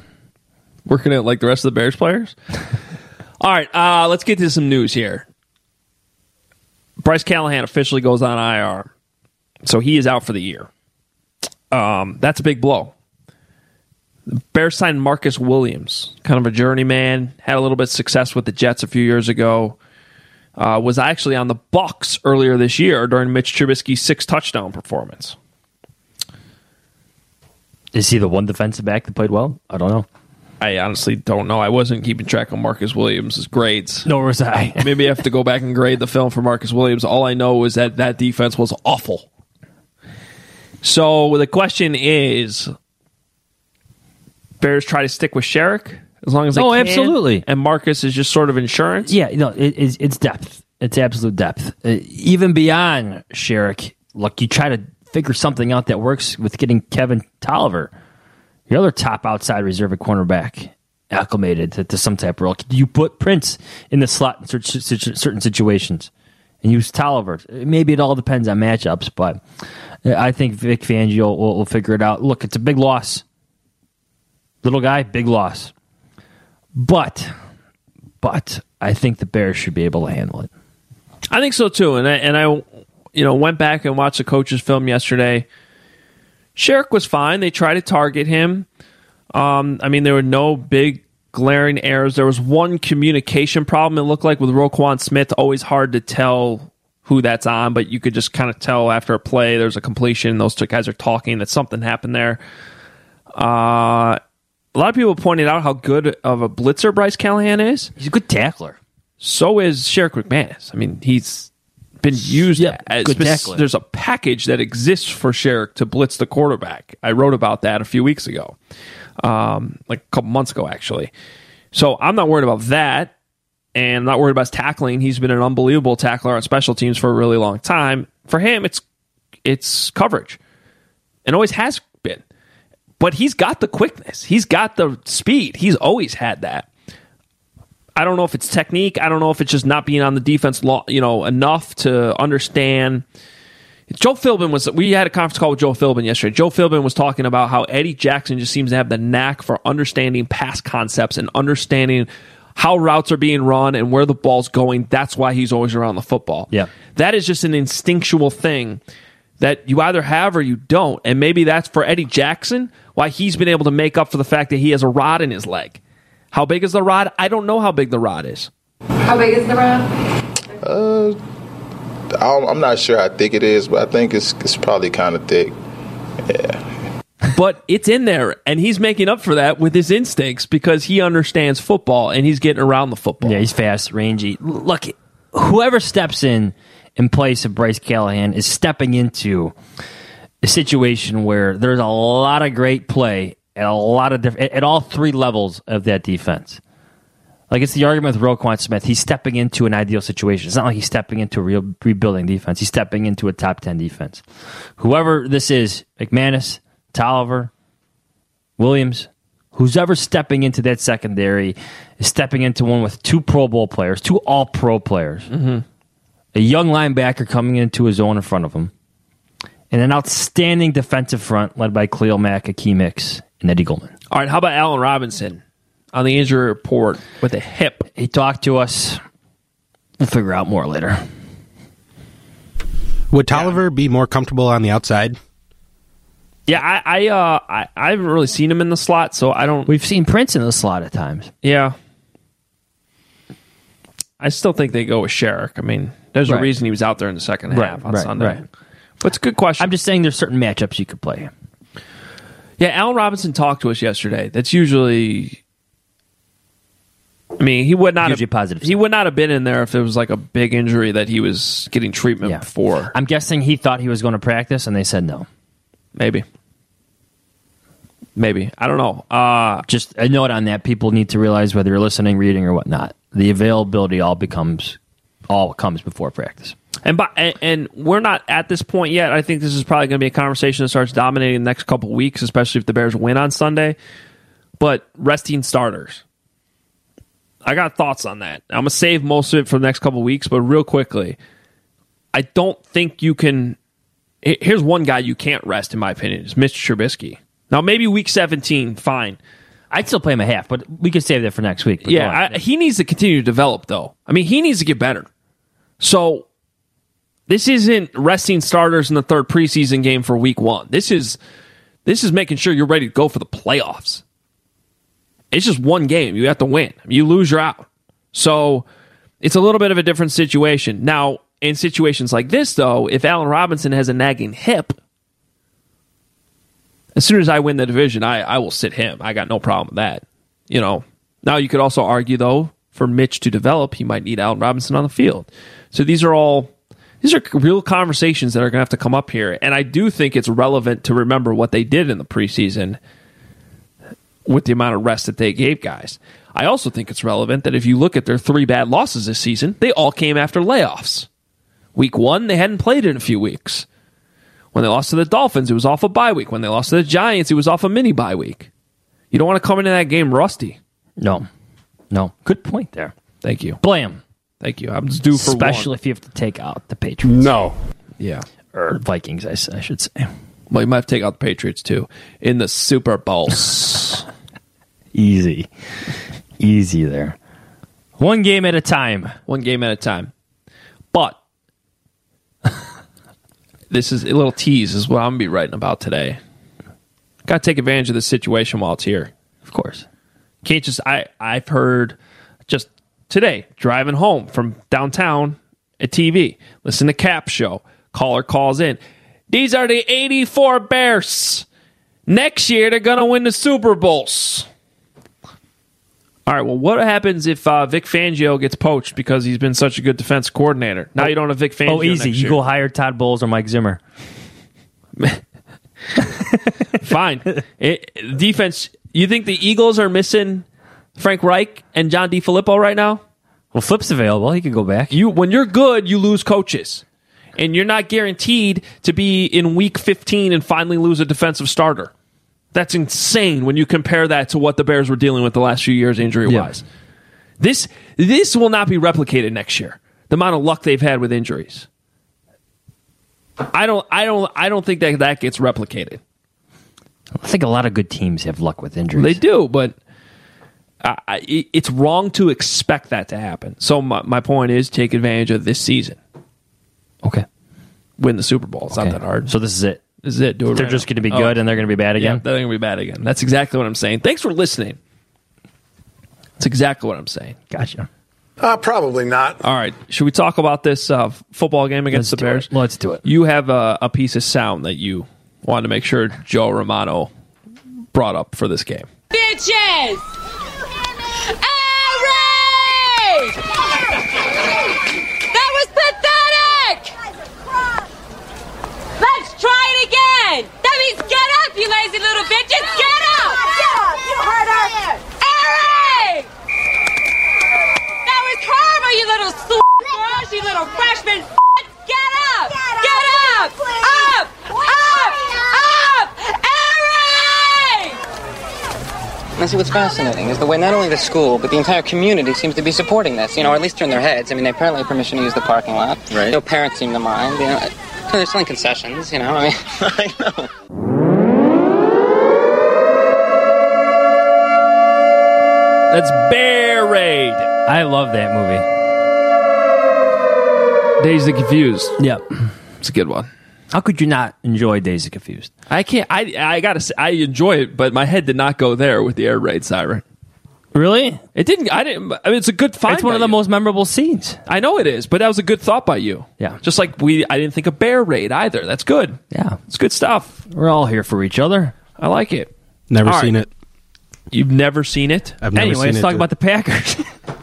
Speaker 6: Working it like the rest of the Bears players. All right, uh, let's get to some news here. Bryce Callahan officially goes on IR, so he is out for the year. Um, that's a big blow. The Bears signed Marcus Williams, kind of a journeyman. Had a little bit of success with the Jets a few years ago. Uh, was actually on the Bucks earlier this year during Mitch Trubisky's six touchdown performance.
Speaker 7: Is he the one defensive back that played well? I don't know.
Speaker 6: I honestly don't know. I wasn't keeping track of Marcus Williams' grades.
Speaker 7: Nor was I.
Speaker 6: Maybe I have to go back and grade the film for Marcus Williams. All I know is that that defense was awful. So the question is Bears try to stick with Sherrick as long as they
Speaker 7: Oh,
Speaker 6: can.
Speaker 7: absolutely.
Speaker 6: And Marcus is just sort of insurance.
Speaker 7: Yeah, no, it, it's, it's depth. It's absolute depth. Uh, even beyond Sherrick, look, you try to figure something out that works with getting Kevin Tolliver, your other top outside reserve at cornerback, acclimated to, to some type of role. You put Prince in the slot in cer- cer- certain situations and use Tolliver. Maybe it all depends on matchups, but uh, I think Vic Fangio will, will figure it out. Look, it's a big loss. Little guy, big loss. But but I think the Bears should be able to handle it.
Speaker 6: I think so too. And I, and I, you know, went back and watched the coach's film yesterday. Sherrick was fine. They tried to target him. Um, I mean, there were no big glaring errors. There was one communication problem. It looked like with Roquan Smith, always hard to tell who that's on, but you could just kind of tell after a play. There's a completion. Those two guys are talking. That something happened there. Uh, a lot of people pointed out how good of a blitzer Bryce Callahan is.
Speaker 7: He's a good tackler.
Speaker 6: So is Sherrick McManus. I mean, he's been used. as
Speaker 7: good
Speaker 6: spec-
Speaker 7: tackler.
Speaker 6: There's a package that exists for Sherrick to blitz the quarterback. I wrote about that a few weeks ago, um, like a couple months ago, actually. So I'm not worried about that. And I'm not worried about his tackling. He's been an unbelievable tackler on special teams for a really long time. For him, it's it's coverage and always has been. But he's got the quickness. He's got the speed. He's always had that. I don't know if it's technique. I don't know if it's just not being on the defense, lo- you know, enough to understand. Joe Philbin was. We had a conference call with Joe Philbin yesterday. Joe Philbin was talking about how Eddie Jackson just seems to have the knack for understanding pass concepts and understanding how routes are being run and where the ball's going. That's why he's always around the football.
Speaker 7: Yeah.
Speaker 6: That is just an instinctual thing that you either have or you don't. And maybe that's for Eddie Jackson why he's been able to make up for the fact that he has a rod in his leg. How big is the rod? I don't know how big the rod is.
Speaker 19: How big is the round?
Speaker 20: Uh, I'm I'm not sure how thick it is, but I think it's it's probably kind of thick.
Speaker 6: but it's in there and he's making up for that with his instincts because he understands football and he's getting around the football
Speaker 7: Yeah, he's fast, rangy. L- Look, whoever steps in in place of Bryce Callahan is stepping into a situation where there's a lot of great play at a lot of different at, at all three levels of that defense. Like it's the argument with Roquan Smith. He's stepping into an ideal situation. It's not like he's stepping into a real rebuilding defense. He's stepping into a top ten defense. Whoever this is, McManus, Tolliver, Williams, who's ever stepping into that secondary, is stepping into one with two Pro Bowl players, two All Pro players, a young linebacker coming into his own in front of him, and an outstanding defensive front led by Cleo Mack, Akeem Hicks, and Eddie Goldman.
Speaker 6: All right, how about Allen Robinson on the injury report with a hip?
Speaker 7: He talked to us. We'll figure out more later.
Speaker 5: Would Tolliver be more comfortable on the outside?
Speaker 6: Yeah, I I, uh, I I haven't really seen him in the slot, so I don't.
Speaker 7: We've seen Prince in the slot at times.
Speaker 6: Yeah, I still think they go with Sherrick. I mean, there's a
Speaker 7: Right.
Speaker 6: reason he was out there in the second
Speaker 7: Right,
Speaker 6: half on
Speaker 7: right,
Speaker 6: Sunday.
Speaker 7: right.
Speaker 6: But it's a good question.
Speaker 7: I'm just saying there's certain matchups you could play.
Speaker 6: Yeah, Allen Robinson talked to us yesterday. That's usually. I mean, he would not
Speaker 7: Usually
Speaker 6: have
Speaker 7: positive.
Speaker 6: He would not have been in there if it was like a big injury that he was getting treatment for.
Speaker 7: I'm guessing he thought he was going to practice, and they said no.
Speaker 6: Maybe. Maybe I don't know. Uh,
Speaker 7: Just a note on that: people need to realize whether you're listening, reading, or whatnot. The availability all becomes all comes before practice.
Speaker 6: And by and, and we're not at this point yet. I think this is probably going to be a conversation that starts dominating the next couple weeks, especially if the Bears win on Sunday. But resting starters, I got thoughts on that. I'm gonna save most of it for the next couple weeks, but real quickly, I don't think you can. he- Here's one guy you can't rest, in my opinion, is Mr. Trubisky. Now maybe week 17, fine.
Speaker 7: I'd still play him a half, but we could save that for next week. But go on.
Speaker 6: Yeah, I, he needs to continue to develop, though. I mean, he needs to get better. So this isn't resting starters in the third preseason game for week one. This is this is making sure you're ready to go for the playoffs. It's just one game. You have to win. You lose, you're out. So it's a little bit of a different situation. Now, in situations like this, though, if Allen Robinson has a nagging hip, as soon as I win the division, I, I will sit him. I got no problem with that. You know. Now you could also argue though, for Mitch to develop, he might need Allen Robinson on the field. So these are all these are real conversations that are gonna have to come up here. And I do think it's relevant to remember what they did in the preseason with the amount of rest that they gave guys. I also think it's relevant that if you look at their three bad losses this season, they all came after layoffs. Week one, they hadn't played in a few weeks. When they lost to the Dolphins, it was off a bye week. When they lost to the Giants, it was off a mini bye week. You don't want to come into that game rusty.
Speaker 7: No, no. Good point there.
Speaker 6: Thank you.
Speaker 7: Blam.
Speaker 6: Thank you. I'm just due for
Speaker 7: especially
Speaker 6: one.
Speaker 7: if you have to take out the Patriots.
Speaker 6: No. Yeah.
Speaker 7: or Vikings, I, s- I should say.
Speaker 6: Well, you might have to take out the Patriots too in the Super Bowls.
Speaker 7: Easy, easy there. One game at a time.
Speaker 6: One game at a time. But this is a little tease is what I'm gonna be writing about today. Gotta take advantage of the situation while it's here.
Speaker 7: Of course.
Speaker 6: Can't just I I've heard just today, driving home from downtown at TV, listen to Cap Show. Caller calls in. These are the 84 Bears. Next year they're gonna win the Super Bowls. All right. Well, what happens if uh, Vic Fangio gets poached because he's been such a good defense coordinator? Now you don't have Vic Fangio.
Speaker 7: oh, easy.
Speaker 6: next
Speaker 7: You
Speaker 6: year.
Speaker 7: go hire Todd Bowles or Mike Zimmer.
Speaker 6: Fine. It- defense. You think the Eagles are missing Frank Reich and John D. Filippo right now?
Speaker 7: Well, Flip's available. He could go back.
Speaker 6: You when you're good, you lose coaches, and you're not guaranteed to be in Week 15 and finally lose a defensive starter. That's insane when you compare that to what the Bears were dealing with the last few years injury wise. This this will not be replicated next year. The amount of luck they've had with injuries. I don't I don't I don't think that that gets replicated.
Speaker 7: I think a lot of good teams have luck with injuries.
Speaker 6: They do, but I, I, it- it's wrong to expect that to happen. So my, my point is, take advantage of this season.
Speaker 7: Okay.
Speaker 6: Win the Super Bowl. It's not that hard.
Speaker 7: So this is it.
Speaker 6: This is it. Do it.
Speaker 7: They're
Speaker 6: right
Speaker 7: just
Speaker 6: now.
Speaker 7: going to be
Speaker 6: Oh,
Speaker 7: good and they're going to be bad
Speaker 6: yeah,
Speaker 7: again.
Speaker 6: they're going to be bad again. That's exactly what I'm saying. Thanks for listening. That's exactly what I'm saying.
Speaker 7: Gotcha.
Speaker 18: Uh, probably not.
Speaker 6: All right. Should we talk about this uh, f- football game against the Bears?
Speaker 7: Let's do it.
Speaker 6: You have a, a piece of sound that you wanted to make sure Joe Romano brought up for this game.
Speaker 21: bitches! Eric! That was pathetic! Let's try it again! That means get up, you lazy little bitches! Get up! Get up! You heard her! Eric! That was karma, you little s***, girls, you little freshman s***. Get up! Get up! Up! Up! Up! Eric!
Speaker 22: And see, what's fascinating is the way not only the school, but the entire community seems to be supporting this, you know, or at least turn their heads. I mean, they apparently have permission to use the parking lot. Right. No parents seem to mind, you know. They're selling concessions, you know, I mean.
Speaker 6: That's Buried.
Speaker 7: I love that movie.
Speaker 6: Days of Confused.
Speaker 7: Yep.
Speaker 6: It's a good one.
Speaker 7: How could you not enjoy Days of Confused?
Speaker 6: I can't. I I gotta. Say, I enjoy it, but my head did not go there with the air raid siren.
Speaker 7: Really?
Speaker 6: It didn't. I didn't. I mean, it's a good find.
Speaker 7: It's one
Speaker 6: by
Speaker 7: of the
Speaker 6: you.
Speaker 7: most memorable scenes.
Speaker 6: I know it is, but that was a good thought by you.
Speaker 7: Yeah.
Speaker 6: Just like we, I didn't think of bear raid either. That's good.
Speaker 7: Yeah.
Speaker 6: It's good stuff.
Speaker 7: We're all here for each other.
Speaker 6: I like it.
Speaker 5: Never
Speaker 6: All
Speaker 5: seen
Speaker 6: right.
Speaker 5: it.
Speaker 6: You've never seen it.
Speaker 5: I've never
Speaker 7: anyway,
Speaker 5: seen
Speaker 7: let's
Speaker 5: it,
Speaker 7: talk
Speaker 5: dude.
Speaker 7: about the Packers.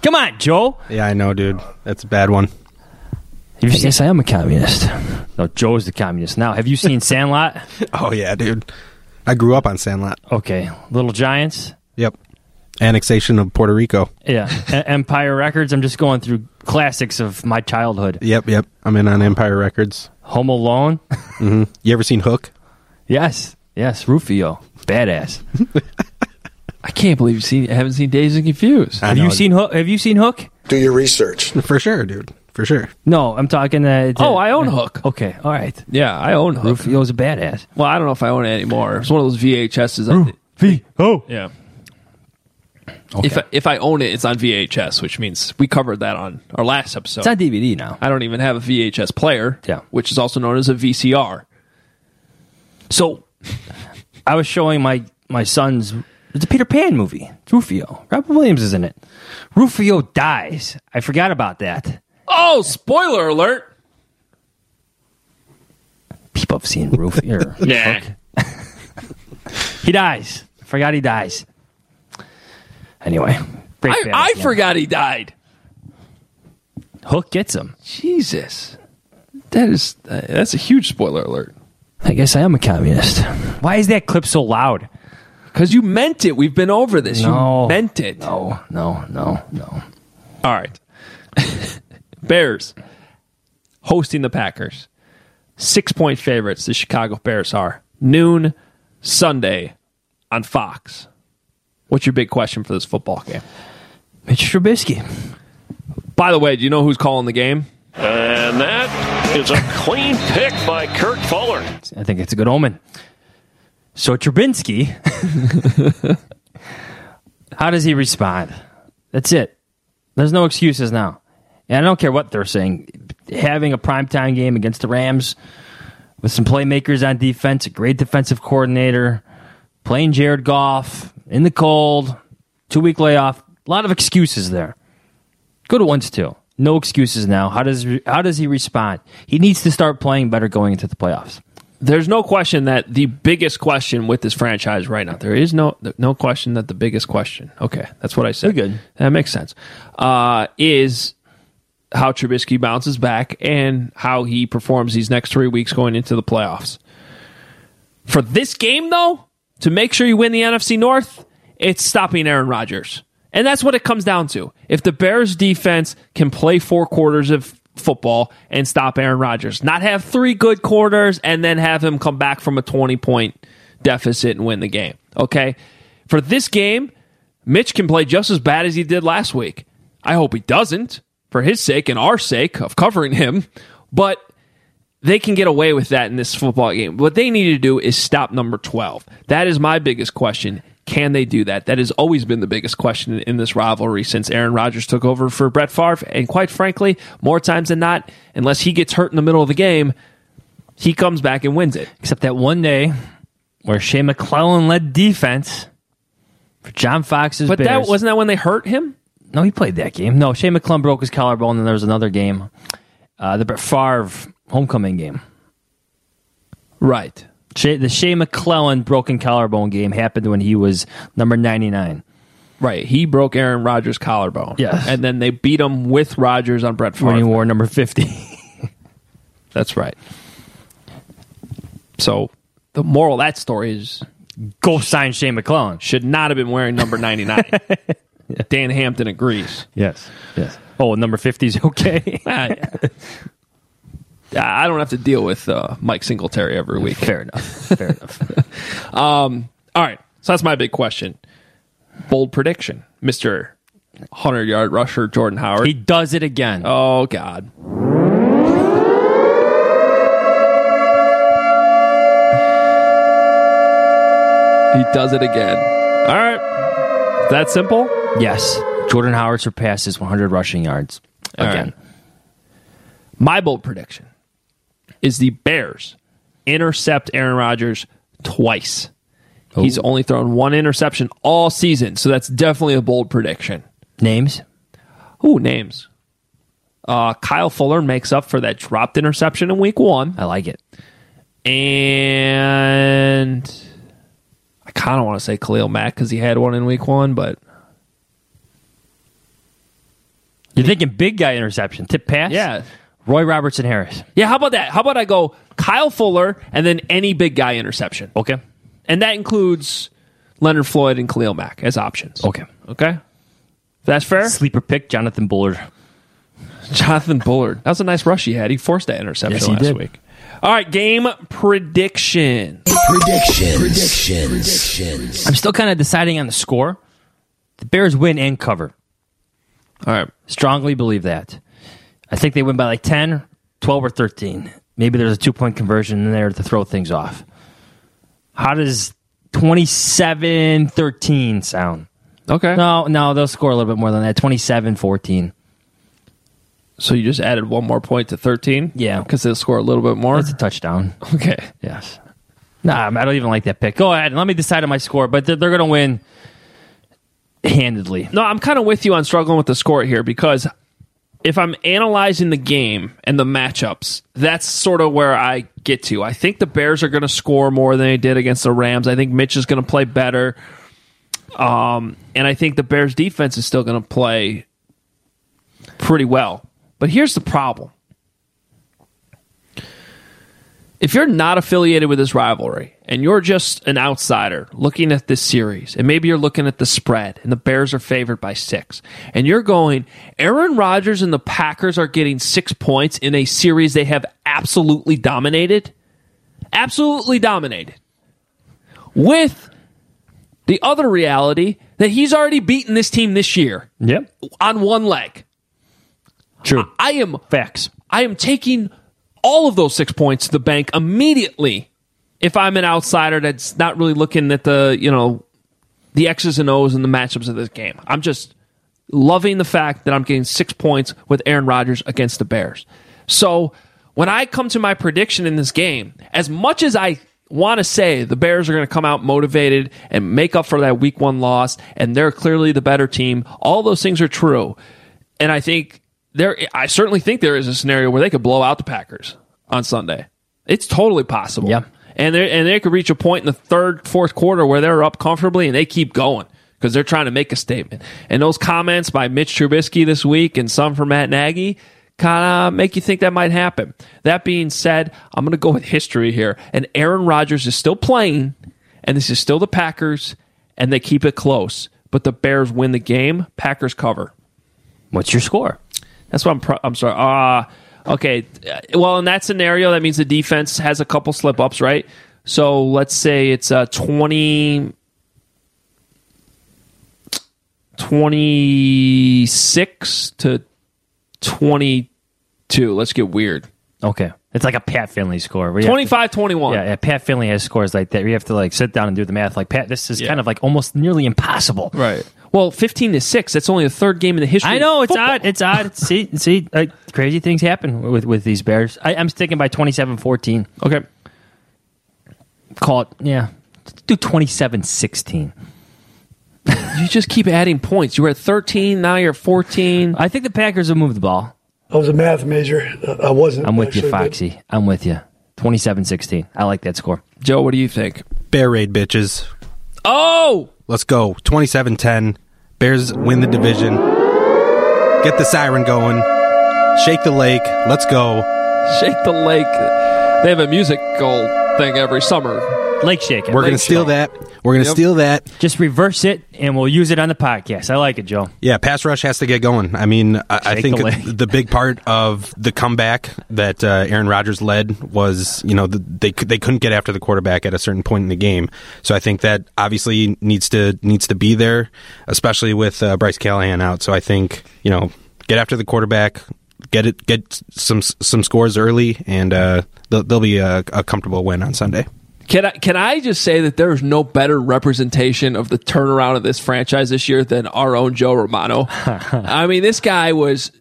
Speaker 7: Come on, Joe.
Speaker 5: Yeah, I know, dude. That's a bad one.
Speaker 7: Have you seen, yes, I am a communist. No, Joe's the communist now. Have you seen Sandlot?
Speaker 5: Oh yeah, dude. I grew up on Sandlot.
Speaker 7: Okay, Little Giants.
Speaker 5: Yep. Annexation of Puerto Rico.
Speaker 7: Yeah, E- Empire Records. I'm just going through classics of my childhood.
Speaker 5: Yep, yep. I'm in on Empire Records.
Speaker 7: Home Alone.
Speaker 5: hmm You ever seen Hook?
Speaker 7: Yes, yes. Rufio, badass.
Speaker 6: I can't believe you seen. I haven't seen Days of Confused.
Speaker 5: I
Speaker 7: Have
Speaker 5: know
Speaker 7: you
Speaker 5: it.
Speaker 7: seen Hook? Have you seen Hook?
Speaker 18: Do your research.
Speaker 5: For sure, dude. For sure.
Speaker 7: No, I'm talking. Uh, to-
Speaker 6: Oh, I own Hook.
Speaker 7: Okay, all right.
Speaker 6: Yeah, I own Hook.
Speaker 7: Rufio's a badass.
Speaker 6: Well, I don't know if I own it anymore. It's one of those VHSs. I-
Speaker 7: V O.
Speaker 6: yeah. If I, if I own it, it's on VHS, which means we covered that on our last episode.
Speaker 7: It's on DVD now.
Speaker 6: I don't even have a VHS player,
Speaker 7: Yeah.
Speaker 6: which is also known as a VCR. So
Speaker 7: I was showing my my son's it's a Peter Pan movie. It's Rufio. Robert Williams is in it. Rufio dies. I forgot about that.
Speaker 6: Oh, spoiler alert!
Speaker 7: People have seen Rufio.
Speaker 6: Yeah.
Speaker 7: he dies. I forgot he dies. Anyway, Break
Speaker 6: I,
Speaker 7: Bad
Speaker 6: I
Speaker 7: again.
Speaker 6: forgot he died.
Speaker 7: Hook gets him.
Speaker 6: Jesus, that is uh, that's a huge spoiler alert.
Speaker 7: I guess I am a communist. Why is that clip so loud?
Speaker 6: Because you meant it. We've been over this.
Speaker 7: No.
Speaker 6: You meant it.
Speaker 7: No, no, no, no.
Speaker 6: All right. Bears hosting the Packers. Six point favorites, the Chicago Bears are. Noon Sunday on Fox. What's your big question for this football game?
Speaker 7: Mitch Trubisky.
Speaker 6: By the way, do you know who's calling the game?
Speaker 23: And that is a clean pick by Kurt Fuller.
Speaker 7: I think it's a good omen. So Trubinsky, how does he respond? That's it. There's no excuses now. And I don't care what they're saying. Having a primetime game against the Rams with some playmakers on defense, a great defensive coordinator, playing Jared Goff in the cold, two week layoff, a lot of excuses there. Good ones too. No excuses now. How does how does he respond? He needs to start playing better going into the playoffs.
Speaker 6: There's no question that the biggest question with this franchise right now. There is no no question that the biggest question. Okay, that's what I said.
Speaker 7: You're good.
Speaker 6: That makes sense. Uh, is how Trubisky bounces back and how he performs these next three weeks going into the playoffs. For this game, though, to make sure you win the NFC North, it's stopping Aaron Rodgers. And that's what it comes down to. If the Bears defense can play four quarters of football and stop Aaron Rodgers, not have three good quarters and then have him come back from a 20 point deficit and win the game. Okay. For this game, Mitch can play just as bad as he did last week. I hope he doesn't for his sake and our sake of covering him, but they can get away with that in this football game. What they need to do is stop number 12. That is my biggest question. Can they do that? That has always been the biggest question in this rivalry since Aaron Rodgers took over for Brett Favre. And quite frankly, more times than not, unless he gets hurt in the middle of the game, he comes back and wins it.
Speaker 7: Except that one day where Shea McClellan led defense for John Fox's
Speaker 6: But that
Speaker 7: Bears.
Speaker 6: wasn't that when they hurt him?
Speaker 7: no, he played that game. No, Shea McClellan broke his collarbone, and there was another game, uh, the Brett Favre homecoming game.
Speaker 6: Right.
Speaker 7: Shea, the Shea McClellan broken collarbone game happened when he was number ninety nine.
Speaker 6: Right. He broke Aaron Rodgers' collarbone.
Speaker 7: Yes.
Speaker 6: And then they beat him with Rodgers on Brett
Speaker 7: When he
Speaker 6: Favre.
Speaker 7: wore number fifty,
Speaker 6: That's right. So the moral of that story is
Speaker 7: go sign Shea McClellan.
Speaker 6: should not have been wearing number 99. Dan Hampton agrees.
Speaker 7: Yes, yes. Oh, number fifty's okay.
Speaker 6: Ah, yeah. I don't have to deal with uh, Mike Singletary every week.
Speaker 7: Fair enough. Fair enough.
Speaker 6: All right. So that's my big question. Bold prediction, Mister Hundred Yard Rusher Jordan Howard. He
Speaker 7: does it again.
Speaker 6: Oh God. He does it again. All right. That simple?
Speaker 7: Yes. Jordan Howard surpasses 100 rushing yards
Speaker 6: All right.
Speaker 7: again.
Speaker 6: My bold prediction is the Bears intercept Aaron Rodgers twice. He's only thrown one interception all season, so that's definitely a bold prediction.
Speaker 7: Names?
Speaker 6: Ooh, names. Uh, Kyle Fuller makes up for that dropped interception in week one.
Speaker 7: I like it.
Speaker 6: And I kind of want to say Khalil Mack because he had one in week one, but
Speaker 7: You're thinking big guy interception, tip pass?
Speaker 6: Yeah.
Speaker 7: Roy Robertson Harris.
Speaker 6: Yeah, how about that? How about I go Kyle Fuller and then any big guy interception?
Speaker 7: Okay.
Speaker 6: And that includes Leonard Floyd and Khalil Mack as options.
Speaker 7: Okay.
Speaker 6: Okay. That's fair.
Speaker 7: Sleeper pick, Jonathan Bullard.
Speaker 6: Jonathan Bullard. That was a nice rush he had. He forced that interception
Speaker 7: Yes, he
Speaker 6: last
Speaker 7: did.
Speaker 6: week. All right, game prediction.
Speaker 8: Predictions. Predictions. Predictions.
Speaker 7: I'm still kind of deciding on the score. The Bears win and cover.
Speaker 6: All right.
Speaker 7: Strongly believe that. I think they win by like 10, 12, or 13. Maybe there's a two point conversion in there to throw things off. How does 27 13 sound?
Speaker 6: Okay.
Speaker 7: No, no, they'll score a little bit more than that 27 14.
Speaker 6: So you just added one more point to 13?
Speaker 7: Yeah.
Speaker 6: Because they'll score a little bit more.
Speaker 7: That's a touchdown.
Speaker 6: Okay.
Speaker 7: Yes. Nah, I don't even like that pick. Go ahead and let me decide on my score, but they're, they're going to win handedly.
Speaker 6: No, I'm kind of with you on struggling with the score here because if I'm analyzing the game and the matchups, that's sort of where I get to. I think the Bears are going to score more than they did against the Rams. I think Mitch is going to play better. Um, and I think the Bears defense is still going to play pretty well. But here's the problem. If you're not affiliated with this rivalry and you're just an outsider looking at this series, and maybe you're looking at the spread and the Bears are favored by six, and you're going, Aaron Rodgers and the Packers are getting six points in a series they have absolutely dominated, absolutely dominated, with the other reality that he's already beaten this team this year
Speaker 7: Yep.
Speaker 6: on one leg.
Speaker 7: True.
Speaker 6: I am
Speaker 7: facts.
Speaker 6: I am taking all of those six points to the bank immediately if I'm an outsider that's not really looking at the you know the X's and O's and the matchups of this game. I'm just loving the fact that I'm getting six points with Aaron Rodgers against the Bears. So when I come to my prediction in this game, as much as I want to say the Bears are going to come out motivated and make up for that week one loss, and they're clearly the better team, all those things are true. And I think there, I certainly think there is a scenario where they could blow out the Packers on Sunday. It's totally possible. Yeah. And they and they could reach a point in the third, fourth quarter where they're up comfortably and they keep going because they're trying to make a statement. And those comments by Mitch Trubisky this week and some from Matt Nagy kind of make you think that might happen. That being said, I'm going to go with history here. And Aaron Rodgers is still playing, and this is still the Packers, and they keep it close. But the Bears win the game. Packers cover.
Speaker 7: What's your score?
Speaker 6: That's what I'm. Pro- I'm sorry. Ah, okay. Uh, Well, in that scenario, that means the defense has a couple slip ups, right? So let's say it's uh, 20, 26 to twenty-two. Let's get weird.
Speaker 7: Okay. It's like a Pat Finley score. where you have to-
Speaker 6: 25 21.
Speaker 7: Yeah, yeah, Pat Finley has scores like that. You have to like sit down and do the math. Like Pat, this is kind of like almost nearly impossible.
Speaker 6: Right. Well, 15 to 6. That's only the third game in the history.
Speaker 7: I
Speaker 6: of
Speaker 7: know it's
Speaker 6: football.
Speaker 7: odd. It's odd. see, see, like, crazy things happen with with these Bears. I, I'm sticking by 27-14.
Speaker 6: Okay.
Speaker 7: Call it. Yeah, Let's do 27-16.
Speaker 6: You just keep adding points. You were at 13. Now you're at 14.
Speaker 7: I think the Packers will move the ball.
Speaker 18: I was a math major. I wasn't.
Speaker 7: I'm with
Speaker 18: actually,
Speaker 7: you,
Speaker 18: but-
Speaker 7: Foxy. I'm with you. 27-16. I like that score.
Speaker 6: Joe, what do you think?
Speaker 5: Bear raid, bitches.
Speaker 6: Oh!
Speaker 5: Let's go. 27 10. Bears win the division. Get the siren going. Shake the lake. Let's go.
Speaker 6: Shake the Lake. They have a musical thing every summer
Speaker 7: Lake shaking.
Speaker 5: We're going to
Speaker 7: Lake
Speaker 5: steal
Speaker 7: shaking.
Speaker 5: that. We're going to
Speaker 7: Yep.
Speaker 5: steal that.
Speaker 7: Just reverse it, and we'll use it on the podcast. I like it, Joe.
Speaker 5: Yeah, pass rush has to get going. I mean, I, I
Speaker 7: Shake
Speaker 5: think
Speaker 7: a leg.
Speaker 5: the big part of the comeback that uh, Aaron Rodgers led was, you know, the, they cou- they couldn't get after the quarterback at a certain point in the game. So I think that obviously needs to needs to be there, especially with uh, Bryce Callahan out. So I think you know, get after the quarterback, get it, get some some scores early, and uh, they'll, they'll be a, a comfortable win on Sunday.
Speaker 6: Can I, can I just say that there is no better representation of the turnaround of this franchise this year than our own Joe Romano? I mean, this guy was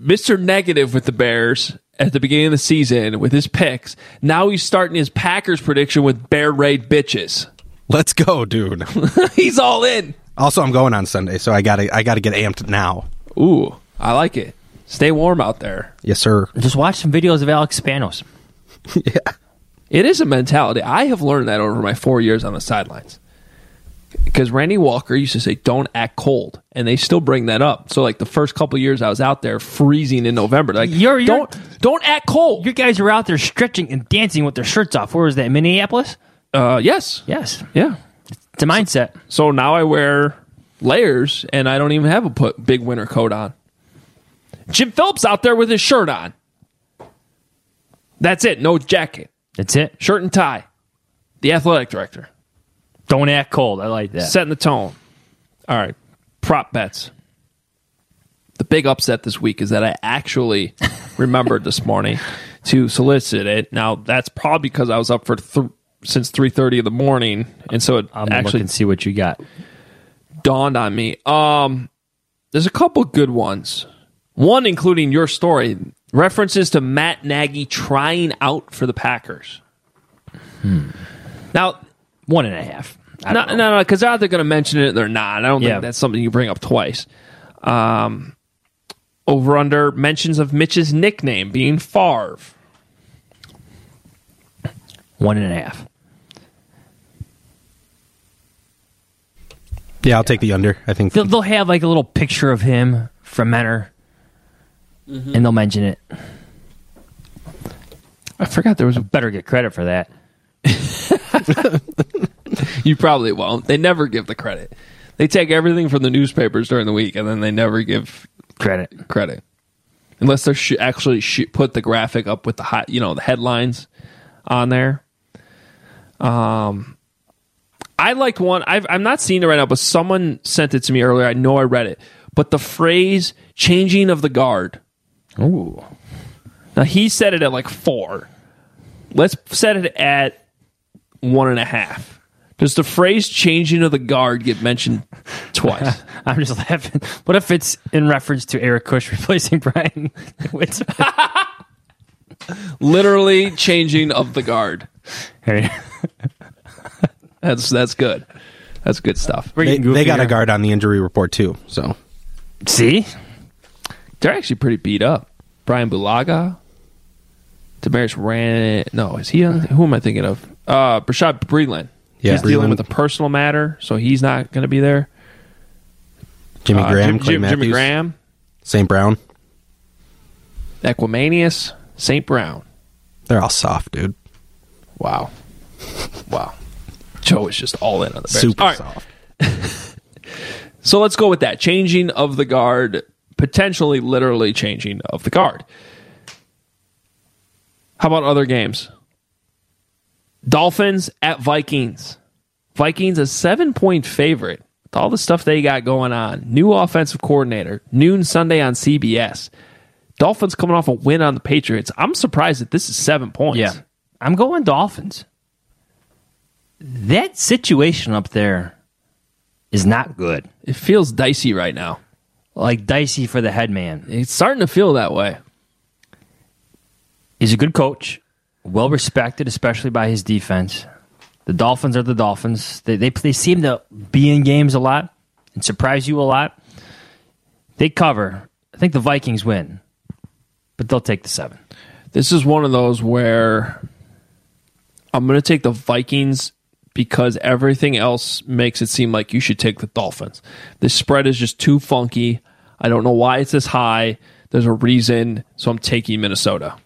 Speaker 6: Mr. Negative with the Bears at the beginning of the season with his picks. Now he's starting his Packers prediction with Bear Raid bitches.
Speaker 5: Let's go, dude.
Speaker 6: he's all in.
Speaker 5: Also, I'm going on Sunday, so I gotta I gotta get amped now.
Speaker 6: Ooh, I like it. Stay warm out there.
Speaker 5: Yes, sir.
Speaker 7: Just watch some videos of Alex Spanos.
Speaker 6: It is a mentality. I have learned that over my four years on the sidelines. Because Randy Walker used to say, "Don't act cold," and they still bring that up. So, like the first couple years, I was out there freezing in November. Like,
Speaker 7: You're, you're,
Speaker 6: don't don't act cold.
Speaker 7: You guys are out there stretching and dancing with their shirts off. Where was that? Minneapolis?
Speaker 6: Uh, yes.
Speaker 7: Yes.
Speaker 6: Yeah.
Speaker 7: It's a mindset.
Speaker 6: So now I wear layers, and I don't even have a put big winter coat on. Jim Phillips out there with his shirt on. That's it. No jacket.
Speaker 7: That's it.
Speaker 6: Shirt and tie. The athletic director.
Speaker 7: Don't act cold. I like that.
Speaker 6: Setting the tone. All right. Prop bets. The big upset this week is that I actually remembered this morning to solicit it. Now that's probably because I was up for th- since three thirty in the morning, and so it
Speaker 7: I'm gonna look
Speaker 6: actually
Speaker 7: and see what you got.
Speaker 6: dawned on me. Um, there's a couple good ones. One including your story references to Matt Nagy trying out for the Packers. Now,
Speaker 7: one and a half. I
Speaker 6: No,
Speaker 7: don't
Speaker 6: no, no, because they're either going to mention it or they're not. I don't
Speaker 7: Yeah.
Speaker 6: think that's something you bring up twice. Um, over under mentions of Mitch's nickname being Favre.
Speaker 7: One and a half.
Speaker 5: Yeah, I'll take the under. I think
Speaker 7: They'll, they'll have like a little picture of him from Menor,
Speaker 6: Mm-hmm.
Speaker 7: and they'll mention it.
Speaker 6: I forgot there was a
Speaker 7: better get credit for that.
Speaker 6: You probably won't. They never give the credit. They take everything from the newspapers during the week and then they never give
Speaker 7: credit.
Speaker 6: Credit, unless they're sh- actually sh- put the graphic up with the hot, you know, the headlines on there. Um, I liked one. I've, I'm not seeing it right now, but someone sent it to me earlier. I know I read it, but the phrase "changing of the guard."
Speaker 7: Ooh.
Speaker 6: Now he said it at like four. Let's set it at one and a half. Does the phrase "changing of the guard" get mentioned twice?
Speaker 7: I'm just laughing. What if it's in reference to Eric Cush replacing Brian? Whitson?
Speaker 6: Literally changing of the guard. That's that's good. That's good stuff.
Speaker 5: They, they got a guard on the injury report too. So
Speaker 7: see,
Speaker 6: They're actually pretty beat up. Brian Bulaga, Damaris ran. No, is he on? Who am I thinking of? Uh, Brashad Breeland.
Speaker 5: Yeah,
Speaker 6: he's dealing
Speaker 5: Breeland.
Speaker 6: with a personal matter, so he's not going to be there.
Speaker 5: Jimmy
Speaker 6: Uh,
Speaker 5: Graham,
Speaker 6: Jim-
Speaker 5: Clay
Speaker 6: Jim- Jimmy
Speaker 5: Matthews,
Speaker 6: Graham,
Speaker 5: St. Brown.
Speaker 6: Equimanius, St. Brown.
Speaker 5: They're all soft, dude.
Speaker 6: Wow, wow. Joe is just all in on the Bears.
Speaker 5: Super
Speaker 6: All right.
Speaker 5: soft.
Speaker 6: So let's go with that. Changing of the guard, potentially literally changing of the guard. How about other games? Dolphins at Vikings. Vikings a seven point favorite with all the stuff they got going on. New offensive coordinator, noon Sunday on CBS. Dolphins coming off a win on the Patriots. I'm surprised that this is seven points.
Speaker 7: Yeah. I'm going Dolphins. That situation up there is not good.
Speaker 6: It feels dicey right now.
Speaker 7: Like dicey for the head man.
Speaker 6: It's starting to feel that way.
Speaker 7: He's a good coach, well respected, especially by his defense. The Dolphins are the Dolphins. They, they, they seem to be in games a lot and surprise you a lot. They cover. I think the Vikings win, but they'll take the seven.
Speaker 6: This is one of those where I'm going to take the Vikings because everything else makes it seem like you should take the Dolphins. This spread is just too funky. I don't know why it's this high. There's a reason, so I'm taking Minnesota.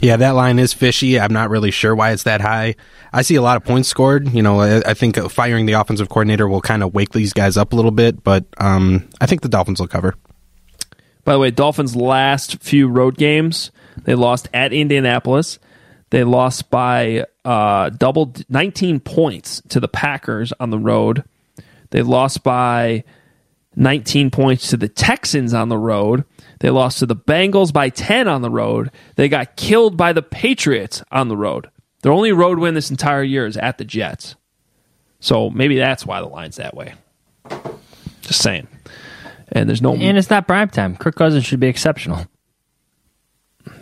Speaker 5: Yeah, that line is fishy. I'm not really sure why it's that high. I see a lot of points scored. You know, I, I think firing the offensive coordinator will kind of wake these guys up a little bit, but um, I think the Dolphins will cover.
Speaker 6: By the way, Dolphins' last few road games, they lost at Indianapolis. They lost by uh, double 19 points to the Packers on the road. They lost by 19 points to the Texans on the road. They lost to the Bengals by 10 on the road. They got killed by the Patriots on the road. Their only road win this entire year is at the Jets. So maybe that's why the line's that way. Just saying. And there's no
Speaker 7: And it's not prime time. Kirk Cousins should be exceptional.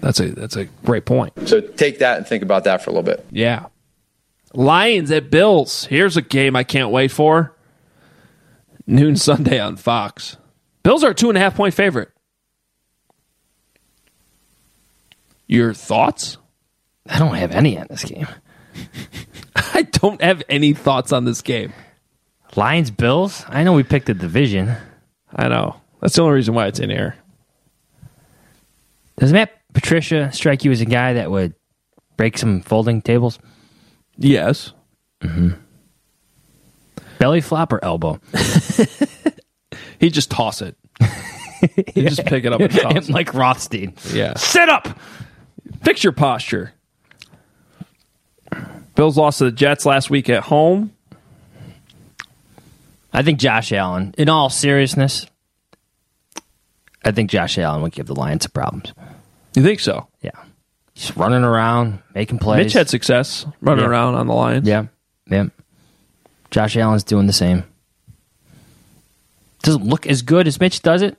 Speaker 6: That's a that's a great point.
Speaker 24: So take that and think about that for a little bit.
Speaker 6: Yeah. Lions at Bills. Here's a game I can't wait for. Noon Sunday on Fox. Bills are a two and a half point favorite. Your thoughts?
Speaker 7: I don't have any on this game.
Speaker 6: I don't have any thoughts on this game.
Speaker 7: Lions, Bills? I know we picked a division.
Speaker 6: I know. That's the only reason why it's in here.
Speaker 7: Does Matt Patricia strike you as a guy that would break some folding tables?
Speaker 6: Yes.
Speaker 7: Mm-hmm. Belly flop or elbow?
Speaker 6: He'd just toss it. He'd just pick it up and toss it.
Speaker 7: Like Rothstein.
Speaker 6: Yeah. Sit up. Fix your posture. Bills lost to the Jets last week at home.
Speaker 7: I think Josh Allen, in all seriousness, I think Josh Allen would give the Lions some problems.
Speaker 6: You think so?
Speaker 7: Yeah. Just running around, making plays.
Speaker 6: Mitch had success running
Speaker 7: Yeah.
Speaker 6: around on the Lions.
Speaker 7: Yeah. Yeah. Josh Allen's doing the same. Doesn't look as good as Mitch does it.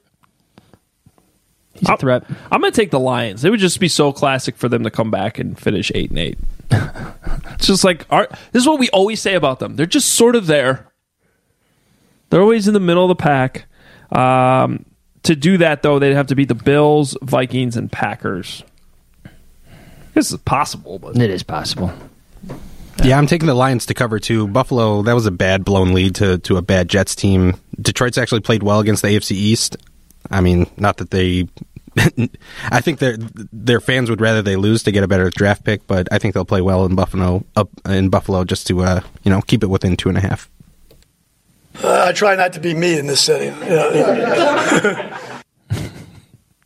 Speaker 7: He's a threat.
Speaker 6: I'm going to take the Lions. It would just be so classic for them to come back and finish 8 and 8. it's just like our, this is what we always say about them. They're just sort of there. They're always in the middle of the pack. Um, to do that though, they'd have to beat the Bills, Vikings and Packers. This is possible, but
Speaker 7: It is possible.
Speaker 5: Yeah, I'm taking the Lions to cover too. Buffalo, that was a bad blown lead to to a bad Jets team. Detroit's actually played well against the AFC East. I mean, not that they. I think their their fans would rather they lose to get a better draft pick, but I think they'll play well in Buffalo up in Buffalo just to uh, you know keep it within two and a half.
Speaker 18: Uh, I try not to be me in this setting. Yeah.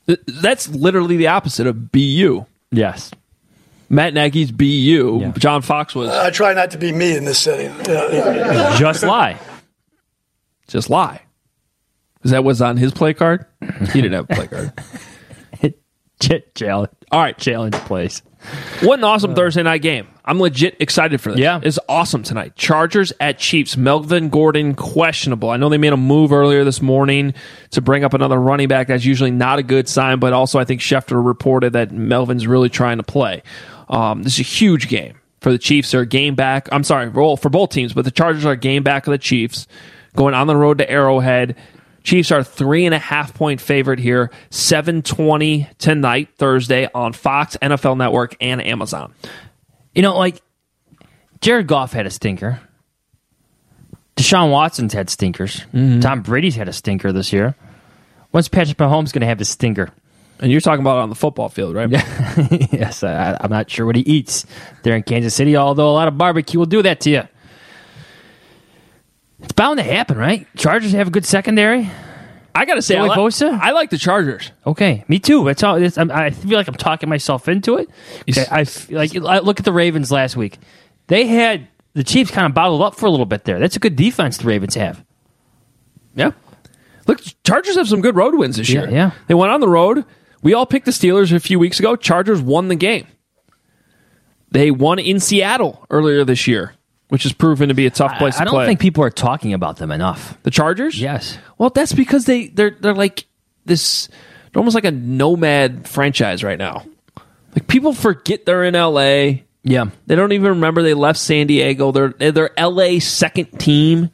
Speaker 6: Th- That's literally the opposite of BU.
Speaker 7: Yes.
Speaker 6: Matt Nagy's BU. John Fox was
Speaker 18: I try not to be me in this setting. Yeah.
Speaker 6: Just lie. Just lie. Is that what's on his play card? He didn't have a play card.
Speaker 7: challenge.
Speaker 6: All right.
Speaker 7: Challenge plays.
Speaker 6: What an awesome Thursday night game. I'm legit excited for this. Yeah. It's awesome tonight. Chargers at Chiefs. Melvin Gordon questionable. I know they made a move earlier this morning to bring up another running back. That's usually not a good sign, but also I think Schefter reported that Melvin's really trying to play. Um, this is a huge game for the Chiefs. They're a game back. I'm sorry, roll for both teams, but the Chargers are a game back of the Chiefs going on the road to Arrowhead. Chiefs are three and a half point favorite here, 720 tonight, Thursday on Fox, NFL Network, and Amazon.
Speaker 7: You know, like Jared Goff had a stinker. Deshaun Watson's had stinkers.
Speaker 6: Mm-hmm.
Speaker 7: Tom Brady's had a stinker this year. When's Patrick Mahomes going to have his stinker?
Speaker 6: And you're talking about it on the football field, right?
Speaker 7: yes, I, I'm not sure what he eats there in Kansas City, although a lot of barbecue will do that to you. It's bound to happen, right? Chargers have a good secondary.
Speaker 6: I gotta say, I,
Speaker 7: Joey
Speaker 6: li-
Speaker 7: Bosa?
Speaker 6: I like the Chargers.
Speaker 7: Okay, me too. That's all. It's, I'm, I feel like I'm talking myself into it. Okay, I f- like I look at the Ravens last week. They had the Chiefs kind of bottled up for a little bit there. That's a good defense the Ravens have.
Speaker 6: Yeah. Look, Chargers have some good road wins this year.
Speaker 7: yeah.
Speaker 6: They went on the road. We all picked the Steelers a few weeks ago. Chargers won the game. They won in Seattle earlier this year, which has proven to be a tough place
Speaker 7: I
Speaker 6: to
Speaker 7: don't
Speaker 6: play.
Speaker 7: think people are talking about them enough.
Speaker 6: The Chargers?
Speaker 7: Yes.
Speaker 6: Well, that's because they they're they're like this they're almost like a nomad franchise right now. Like people forget they're in LA.
Speaker 7: Yeah.
Speaker 6: They don't even remember they left San Diego. They're they're LA second team.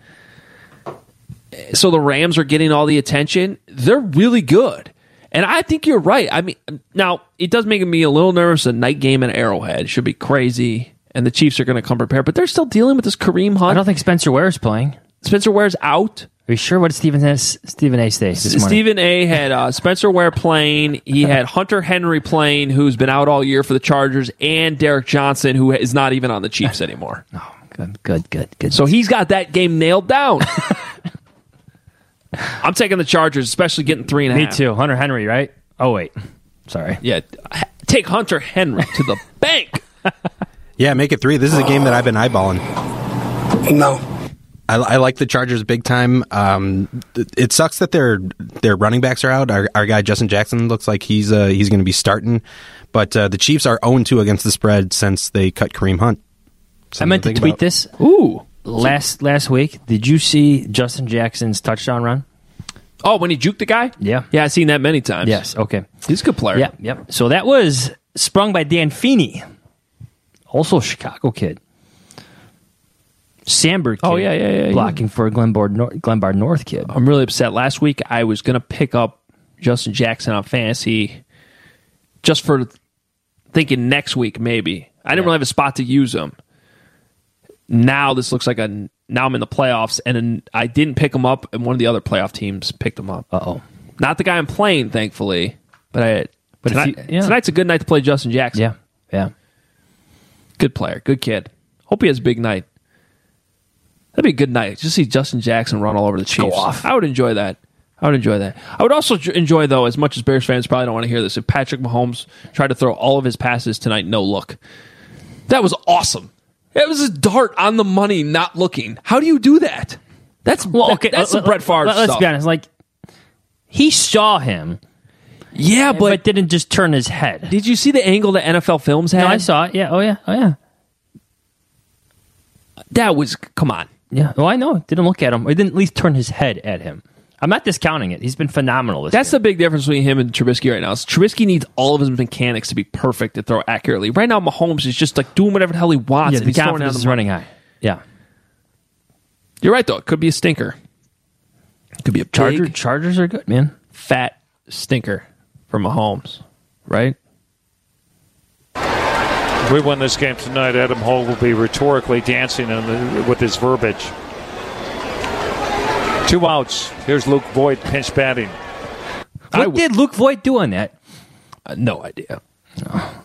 Speaker 6: So the Rams are getting all the attention. They're really good. And I think you're right. I mean, now it does make me a little nervous. A night game in Arrowhead should be crazy, and the Chiefs are going to come prepared, but they're still dealing with this Kareem Hunt.
Speaker 7: I don't think Spencer Ware is playing.
Speaker 6: Spencer Ware's out.
Speaker 7: Are you sure? What did Stephen, S- Stephen A. say this morning?
Speaker 6: Stephen A. had uh, Spencer Ware playing. He had Hunter Henry playing, who's been out all year for the Chargers, and Derek Johnson, who is not even on the Chiefs anymore.
Speaker 7: Oh, Good, good, good, good.
Speaker 6: So he's got that game nailed down. I'm taking the Chargers, especially getting three and a
Speaker 7: Me
Speaker 6: half.
Speaker 7: too. Hunter Henry, right? Oh wait, sorry.
Speaker 6: Yeah, h- take Hunter Henry to the bank.
Speaker 5: Yeah, make it three. This is a game that I've been eyeballing.
Speaker 18: No.
Speaker 5: I, I like the Chargers big time. Um, th- it sucks that their their running backs are out. Our, our guy Justin Jackson looks like he's uh, he's going to be starting, but uh, the Chiefs are 0 2 against the spread since they cut Kareem Hunt.
Speaker 7: I meant to
Speaker 5: think
Speaker 7: tweet
Speaker 5: about.
Speaker 7: this.
Speaker 6: Ooh,
Speaker 7: last last week, did you see Justin Jackson's touchdown run?
Speaker 6: Oh, when he juked the guy?
Speaker 7: Yeah.
Speaker 6: Yeah, I've seen that many times.
Speaker 7: Yes. Okay.
Speaker 6: He's a good player.
Speaker 7: Yep. Yep. So that was sprung by Dan Feeney, also a Chicago kid. Sandberg. Kid,
Speaker 6: Oh, yeah, yeah, yeah, yeah.
Speaker 7: Blocking for a Glenbard Nor- Glenbard North kid.
Speaker 6: I'm really upset. Last week I was going to pick up Justin Jackson on fantasy just for thinking next week maybe. I didn't really have a spot to use him. Now this looks like a now I'm in the playoffs and then I didn't pick him up and one of the other playoff teams picked him up.
Speaker 7: Uh-oh.
Speaker 6: Not the guy I'm playing thankfully, but I but
Speaker 7: But if
Speaker 6: tonight,
Speaker 7: you- yeah.
Speaker 6: tonight's a good night to play Justin Jackson.
Speaker 7: Yeah. Yeah.
Speaker 6: Good player, good kid. Hope he has a big night. That'd be a good night. Just see Justin Jackson run all over the Chiefs.
Speaker 7: off.
Speaker 6: I would enjoy that. I would enjoy that. I would also j- enjoy though, as much as Bears fans probably don't want to hear this, if Patrick Mahomes tried to throw all of his passes tonight, no look. That was awesome. It was a dart on the money, not looking. How do you do that? That's well,
Speaker 7: Okay,
Speaker 6: that's some
Speaker 7: let-
Speaker 6: Brett Favre
Speaker 7: let- Let's
Speaker 6: stuff.
Speaker 7: be honest. Like he saw him.
Speaker 6: Yeah, but,
Speaker 7: didn't just turn his head.
Speaker 6: Did you see the angle that NFL Films had?
Speaker 7: No, I saw it. Yeah. Oh yeah. Oh yeah.
Speaker 6: That was come on.
Speaker 7: Yeah. Well, I know. Didn't look at him. Or didn't at least turn his head at him. I'm not discounting it. He's been phenomenal. This
Speaker 6: That's the big difference between him and Trubisky right now. Is Trubisky needs all of his mechanics to be perfect to throw accurately. Right now, Mahomes is just like doing whatever the hell he wants.
Speaker 7: Yeah,
Speaker 6: and
Speaker 7: the
Speaker 6: he's throwing
Speaker 7: confidence
Speaker 6: out the
Speaker 7: is running
Speaker 6: money.
Speaker 7: high. Yeah.
Speaker 6: You're right though. It could be a stinker. It could be a
Speaker 7: Charger,
Speaker 6: big,
Speaker 7: Chargers are good, man.
Speaker 6: fat stinker for Mahomes. Right?
Speaker 1: If we win this game tonight, Adam Hall will be rhetorically dancing on the, with his verbiage. Two outs. Here's Luke Boyd pinch batting.
Speaker 7: What did Luke Voigt do on that?
Speaker 6: Uh, no idea.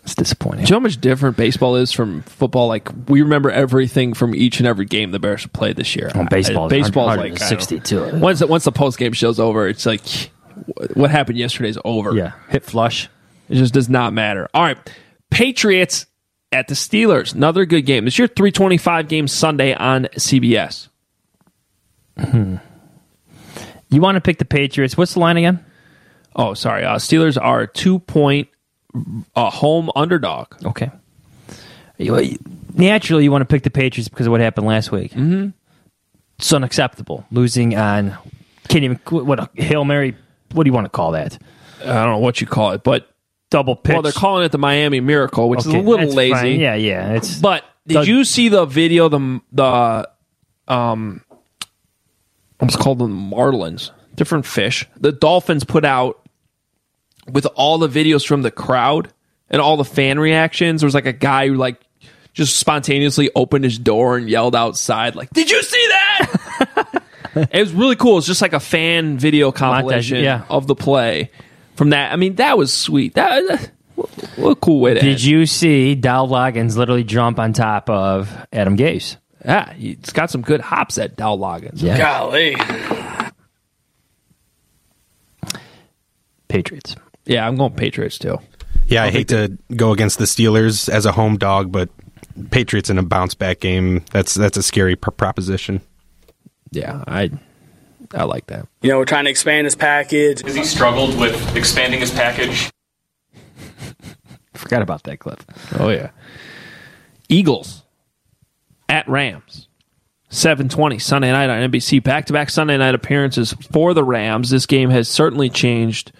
Speaker 7: It's disappointing.
Speaker 6: Do you know how much different baseball is from football? Like we remember everything from each and every game the Bears have played this year.
Speaker 7: Well, baseball is
Speaker 6: baseball's like
Speaker 7: 162.
Speaker 6: I don't know. Once the, once the post game show's over, it's like wh- what happened yesterday's over.
Speaker 7: Yeah. Hit flush.
Speaker 6: It just does not matter. All right. Patriots at the Steelers. Another good game. It's your 325 game Sunday on CBS.
Speaker 7: You want to pick the Patriots? What's the line again?
Speaker 6: Oh, sorry. Uh, Steelers are a two point uh, home underdog.
Speaker 7: Okay. You- Naturally, you want to pick the Patriots because of what happened last week. Mm-hmm. It's unacceptable losing on can't even what a hail mary. What do you want to call that?
Speaker 6: I don't know what you call it, but
Speaker 7: Double pitch.
Speaker 6: well, they're calling it the Miami Miracle, which is
Speaker 7: Okay,
Speaker 6: a little
Speaker 7: that's
Speaker 6: lazy.
Speaker 7: fine. Yeah, yeah. It's
Speaker 6: But did
Speaker 7: Doug-
Speaker 6: you see the video? The the um, what's called the marlins, different fish. The Dolphins put out with all the videos from the crowd and all the fan reactions. There was like a guy who like just spontaneously opened his door and yelled outside, like, "Did you see that?" it was really cool. It's just like a fan video compilation
Speaker 7: yeah.
Speaker 6: of the play from that. I mean, that was sweet. That. What a cool way to end.
Speaker 7: Did you see Dow Loggins literally jump on top of Adam Gase?
Speaker 6: Yeah, he's got some good hops at Dow Loggins.
Speaker 7: Yeah.
Speaker 6: Golly.
Speaker 7: Patriots.
Speaker 6: Yeah, I'm going Patriots too.
Speaker 5: Yeah, I hate to go against the Steelers as a home dog, but Patriots in a bounce back game. That's that's a scary pr- proposition.
Speaker 6: Yeah, I I like that.
Speaker 25: You know, we're trying to expand his package.
Speaker 26: Has he struggled with expanding his package?
Speaker 7: Forgot about that clip.
Speaker 6: Oh yeah. Eagles at Rams. 720 Sunday night on NBC. Back to back Sunday night appearances for the Rams. This game has certainly changed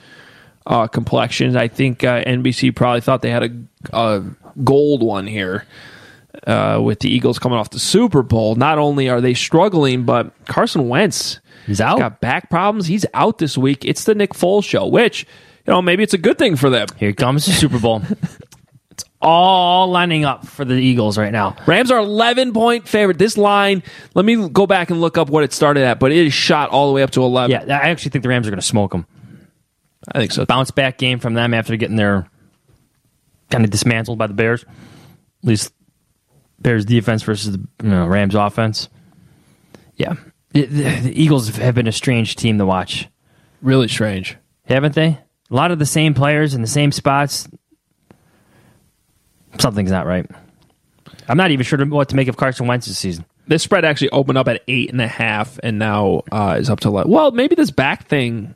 Speaker 6: uh, complexions. I think uh, NBC probably thought they had a, a gold one here uh, with the Eagles coming off the Super Bowl. Not only are they struggling, but Carson Wentz
Speaker 7: He's out.
Speaker 6: got back problems. He's out this week. It's the Nick Foles show, which, you know, maybe it's a good thing for them.
Speaker 7: Here comes the Super Bowl. all lining up for the Eagles right now.
Speaker 6: Rams are 11 point favorite. This line, let me go back and look up what it started at, but it is shot all the way up to 11.
Speaker 7: Yeah, I actually think the Rams are going to smoke them.
Speaker 6: I think so.
Speaker 7: Bounce back game from them after getting their kind of dismantled by the Bears. At least Bears defense versus the you know, Rams offense. Yeah, the, the, the Eagles have been a strange team to watch.
Speaker 6: Really strange,
Speaker 7: haven't they? A lot of the same players in the same spots. Something's not right. I'm not even sure what to make of Carson Wentz this season.
Speaker 6: This spread actually opened up at eight and a half, and now uh, is up to eleven. Well, maybe this back thing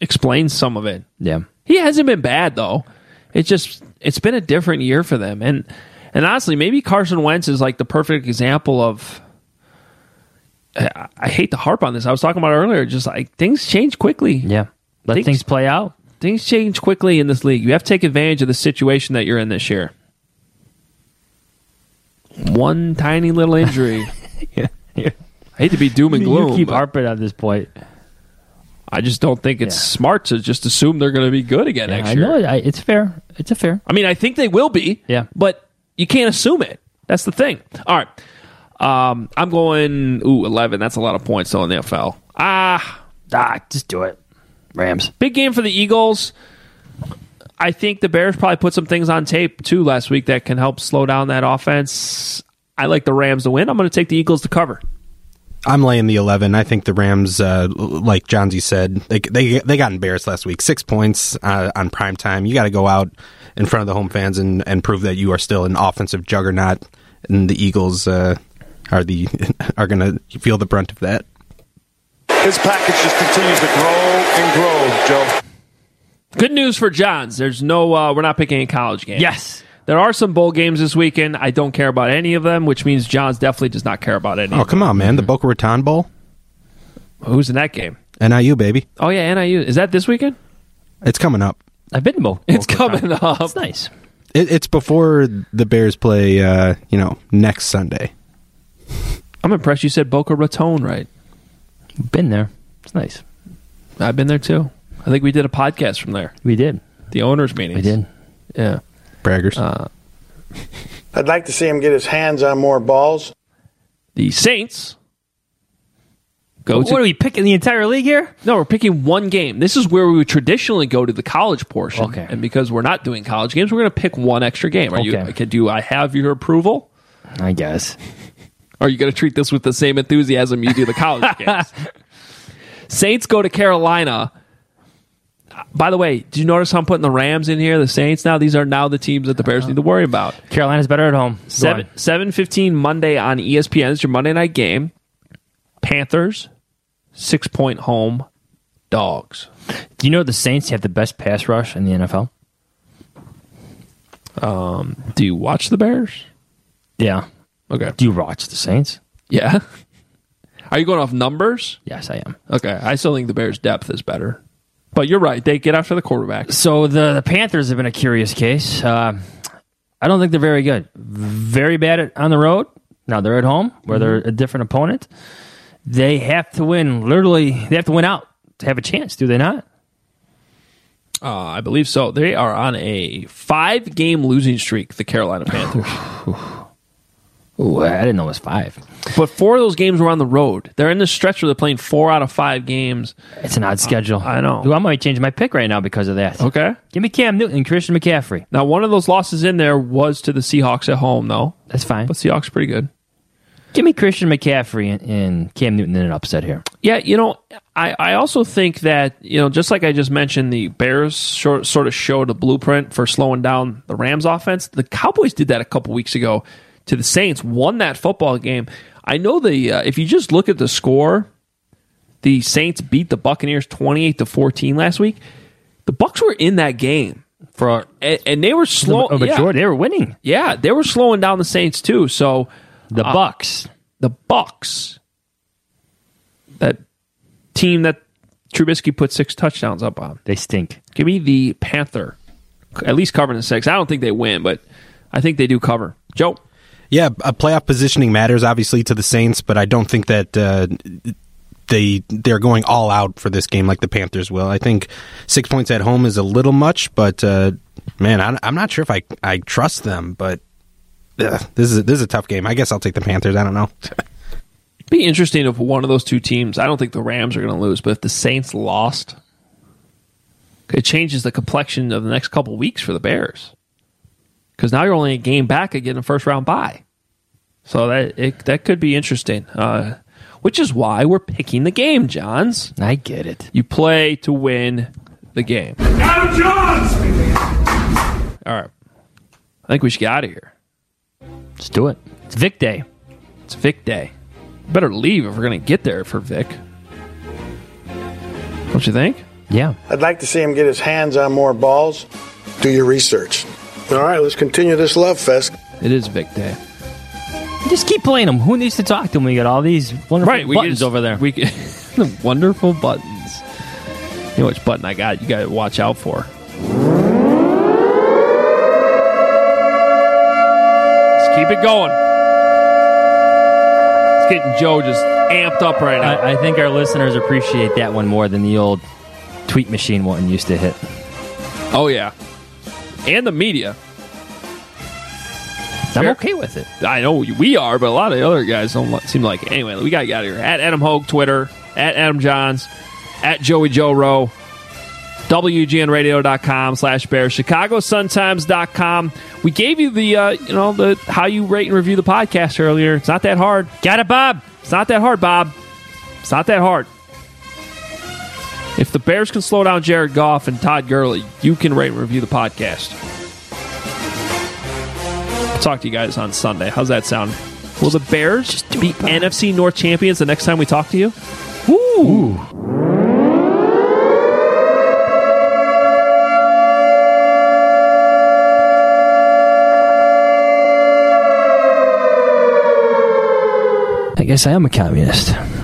Speaker 6: explains some of it.
Speaker 7: Yeah,
Speaker 6: he hasn't been bad though. It's just it's been a different year for them, and and honestly, maybe Carson Wentz is like the perfect example of. I, I hate to harp on this. I was talking about earlier, just like things change quickly.
Speaker 7: Yeah, let things, things play out.
Speaker 6: Things change quickly in this league. You have to take advantage of the situation that you're in this year. One tiny little injury.
Speaker 7: yeah, yeah.
Speaker 6: I hate to be doom and gloom.
Speaker 7: You keep
Speaker 6: but-
Speaker 7: harping on this point.
Speaker 6: I just don't think it's smart to just assume they're going to be good again next
Speaker 7: I
Speaker 6: year.
Speaker 7: know it. I, it's fair. It's a fair.
Speaker 6: I mean, I think they will be.
Speaker 7: Yeah.
Speaker 6: But you can't assume it. That's the thing. All right. Um, I'm going, ooh, 11. That's a lot of points, though, in the NFL. Ah.
Speaker 7: Ah, just do it. Rams.
Speaker 6: Big game for the Eagles. I think the Bears probably put some things on tape, too, last week that can help slow down that offense. I like the Rams to win. I'm going to take the Eagles to cover.
Speaker 5: I'm laying the 11. I think the Rams, uh, l- like John Z said, they, they they got embarrassed last week. Six points uh, on prime time. You got to go out in front of the home fans and, and prove that you are still an offensive juggernaut. And the Eagles uh, are the are going to feel the brunt of that.
Speaker 23: His package just continues to grow and grow, Joe.
Speaker 6: Good news for Johns. There's no, uh, we're not picking any college games.
Speaker 7: Yes.
Speaker 6: There are some bowl games this weekend. I don't care about any of them, which means Johns definitely does not care about any.
Speaker 5: Oh, come on, man. The Boca Raton Bowl?
Speaker 6: Who's in that game?
Speaker 5: NIU, baby.
Speaker 6: Oh, yeah, NIU. Is that this weekend?
Speaker 5: It's coming up.
Speaker 7: I've been to both.
Speaker 6: It's coming up.
Speaker 7: It's nice.
Speaker 5: It, it's before the Bears play, uh, you know, next Sunday.
Speaker 6: I'm impressed you said Boca Raton right.
Speaker 7: Been there. It's nice.
Speaker 6: I've been there too. I think we did a podcast from there.
Speaker 7: We did.
Speaker 6: The owners' meeting.
Speaker 7: We did.
Speaker 6: Yeah.
Speaker 5: Braggers.
Speaker 18: I'd like to see him get his hands on more balls.
Speaker 6: The Saints go to.
Speaker 7: what are we picking the entire league here?
Speaker 6: no, we're picking one game. This is where we would traditionally go to the college portion.
Speaker 7: Okay.
Speaker 6: And because we're not doing college games, we're going to pick one extra game. Are you?
Speaker 7: Okay.
Speaker 6: okay, Do I have your approval?
Speaker 7: I guess.
Speaker 6: Are you going to treat this with the same enthusiasm you do the college games? Saints go to Carolina. By the way, do you notice how I'm putting the Rams in here? The Saints now; these are now the teams that the Bears need to worry about.
Speaker 7: Carolina's better at home. Go
Speaker 6: Seven
Speaker 7: on.
Speaker 6: seven fifteen Monday on E ESPN. It's your Monday night game. Panthers six point home dogs.
Speaker 7: Do you know the Saints have the best pass rush in the NFL?
Speaker 6: Do you watch the Bears?
Speaker 7: Yeah.
Speaker 6: Okay.
Speaker 7: Do you watch the Saints?
Speaker 6: Yeah. Are you going off numbers?
Speaker 7: Yes, I am.
Speaker 6: Okay, I still think the Bears' depth is better, but you're right. They get after the quarterback.
Speaker 7: So the, the Panthers have been a curious case. Uh, I don't think they're very good. Very bad at, on the road. Now they're at home where they're
Speaker 6: Mm-hmm.
Speaker 7: a different opponent. They have to win. Literally, they have to win out to have a chance. Do they not?
Speaker 6: Uh, I believe so. They are on a five game losing streak, the Carolina Panthers.
Speaker 7: Ooh, I I didn't know it was five.
Speaker 6: but four of those games were on the road. They're in this stretch where they're playing four out of five games.
Speaker 7: It's an odd schedule.
Speaker 6: I know.
Speaker 7: Ooh, I might change my pick right now because of that.
Speaker 6: Okay.
Speaker 7: Give me Cam Newton, and Christian McCaffrey.
Speaker 6: Now, one of those losses in there was to the Seahawks at home, though.
Speaker 7: That's fine.
Speaker 6: But Seahawks pretty good.
Speaker 7: Give me Christian McCaffrey and, and Cam Newton in an upset here.
Speaker 6: Yeah, you know, I, I also think that, you know, just like I just mentioned, the Bears short, sort of showed a blueprint for slowing down the Rams offense. The Cowboys did that a couple weeks ago to the Saints, won that football game. I know the, uh, if you just look at the score, the Saints beat the Buccaneers 28 to 14 last week. The Bucks were in that game.
Speaker 7: For
Speaker 6: And, and they were slow.
Speaker 7: a
Speaker 6: yeah.
Speaker 7: majority, Oh, they were winning.
Speaker 6: Yeah, they were slowing down the Saints too. So
Speaker 7: The
Speaker 6: Uh,
Speaker 7: Bucks.
Speaker 6: the Bucks, that team that Trubisky put six touchdowns up on,
Speaker 7: They stink.
Speaker 6: give me the Panther, at least covering the six. I don't think they win, but I think they do cover. Joe,
Speaker 5: Yeah, a playoff positioning matters obviously to the Saints, but I don't think that uh, they they're going all out for this game, like the Panthers will. I think six points at home is a little much, but uh, man, I, I'm not sure if I I trust them. But ugh, this is a, this is a tough game. I guess I'll take the Panthers. I don't know.
Speaker 6: Be interesting if one of those two teams. I don't think the Rams are going to lose, but if the Saints lost, it changes the complexion of the next couple weeks for the Bears. Because now you're only a game back again in first round bye, so that it, that could be interesting. Uh, which is why we're picking the game, Johns.
Speaker 7: I get it.
Speaker 6: You play to win the game.
Speaker 23: Adam Johns!
Speaker 6: All right, I think we should get out of here.
Speaker 7: Let's do it. It's Vic Day.
Speaker 6: It's Vic Day. Better leave if we're going to get there for Vic. Don't you think?
Speaker 7: Yeah.
Speaker 18: I'd like to see him get his hands on more balls. Do your research. All right, let's continue this love fest.
Speaker 6: It is Vic Day.
Speaker 7: Just keep playing them. Who needs to talk to them? We got all these wonderful
Speaker 6: Right, we
Speaker 7: buttons
Speaker 6: just-
Speaker 7: over there.
Speaker 6: We the wonderful buttons. You know which button I got? You got to watch out for. Let's keep it going. It's getting Joe just amped up right now.
Speaker 7: I, I think our listeners appreciate that one more than the old tweet machine one used to hit.
Speaker 6: Oh yeah, and the media.
Speaker 7: I'm okay with it.
Speaker 6: I know we are, but a lot of the other guys don't li- seem like. It. Anyway, we got to get out of here. At Adam Hogue, Twitter. At Adam Johns. At Joey Joe Rowe. WGNradio.com slash bears. ChicagoSuntimes.com. We gave you the, uh, you know, the how you rate and review the podcast earlier. It's not that hard. Got it, Bob. It's not that hard, Bob. It's not that hard. If the Bears can slow down Jared Goff and Todd Gurley, you can rate and review the podcast. I'll talk to you guys on Sunday. How's that sound? Will the Bears be NFC North champions the next time we talk to you? Ooh.
Speaker 7: I guess I am a communist.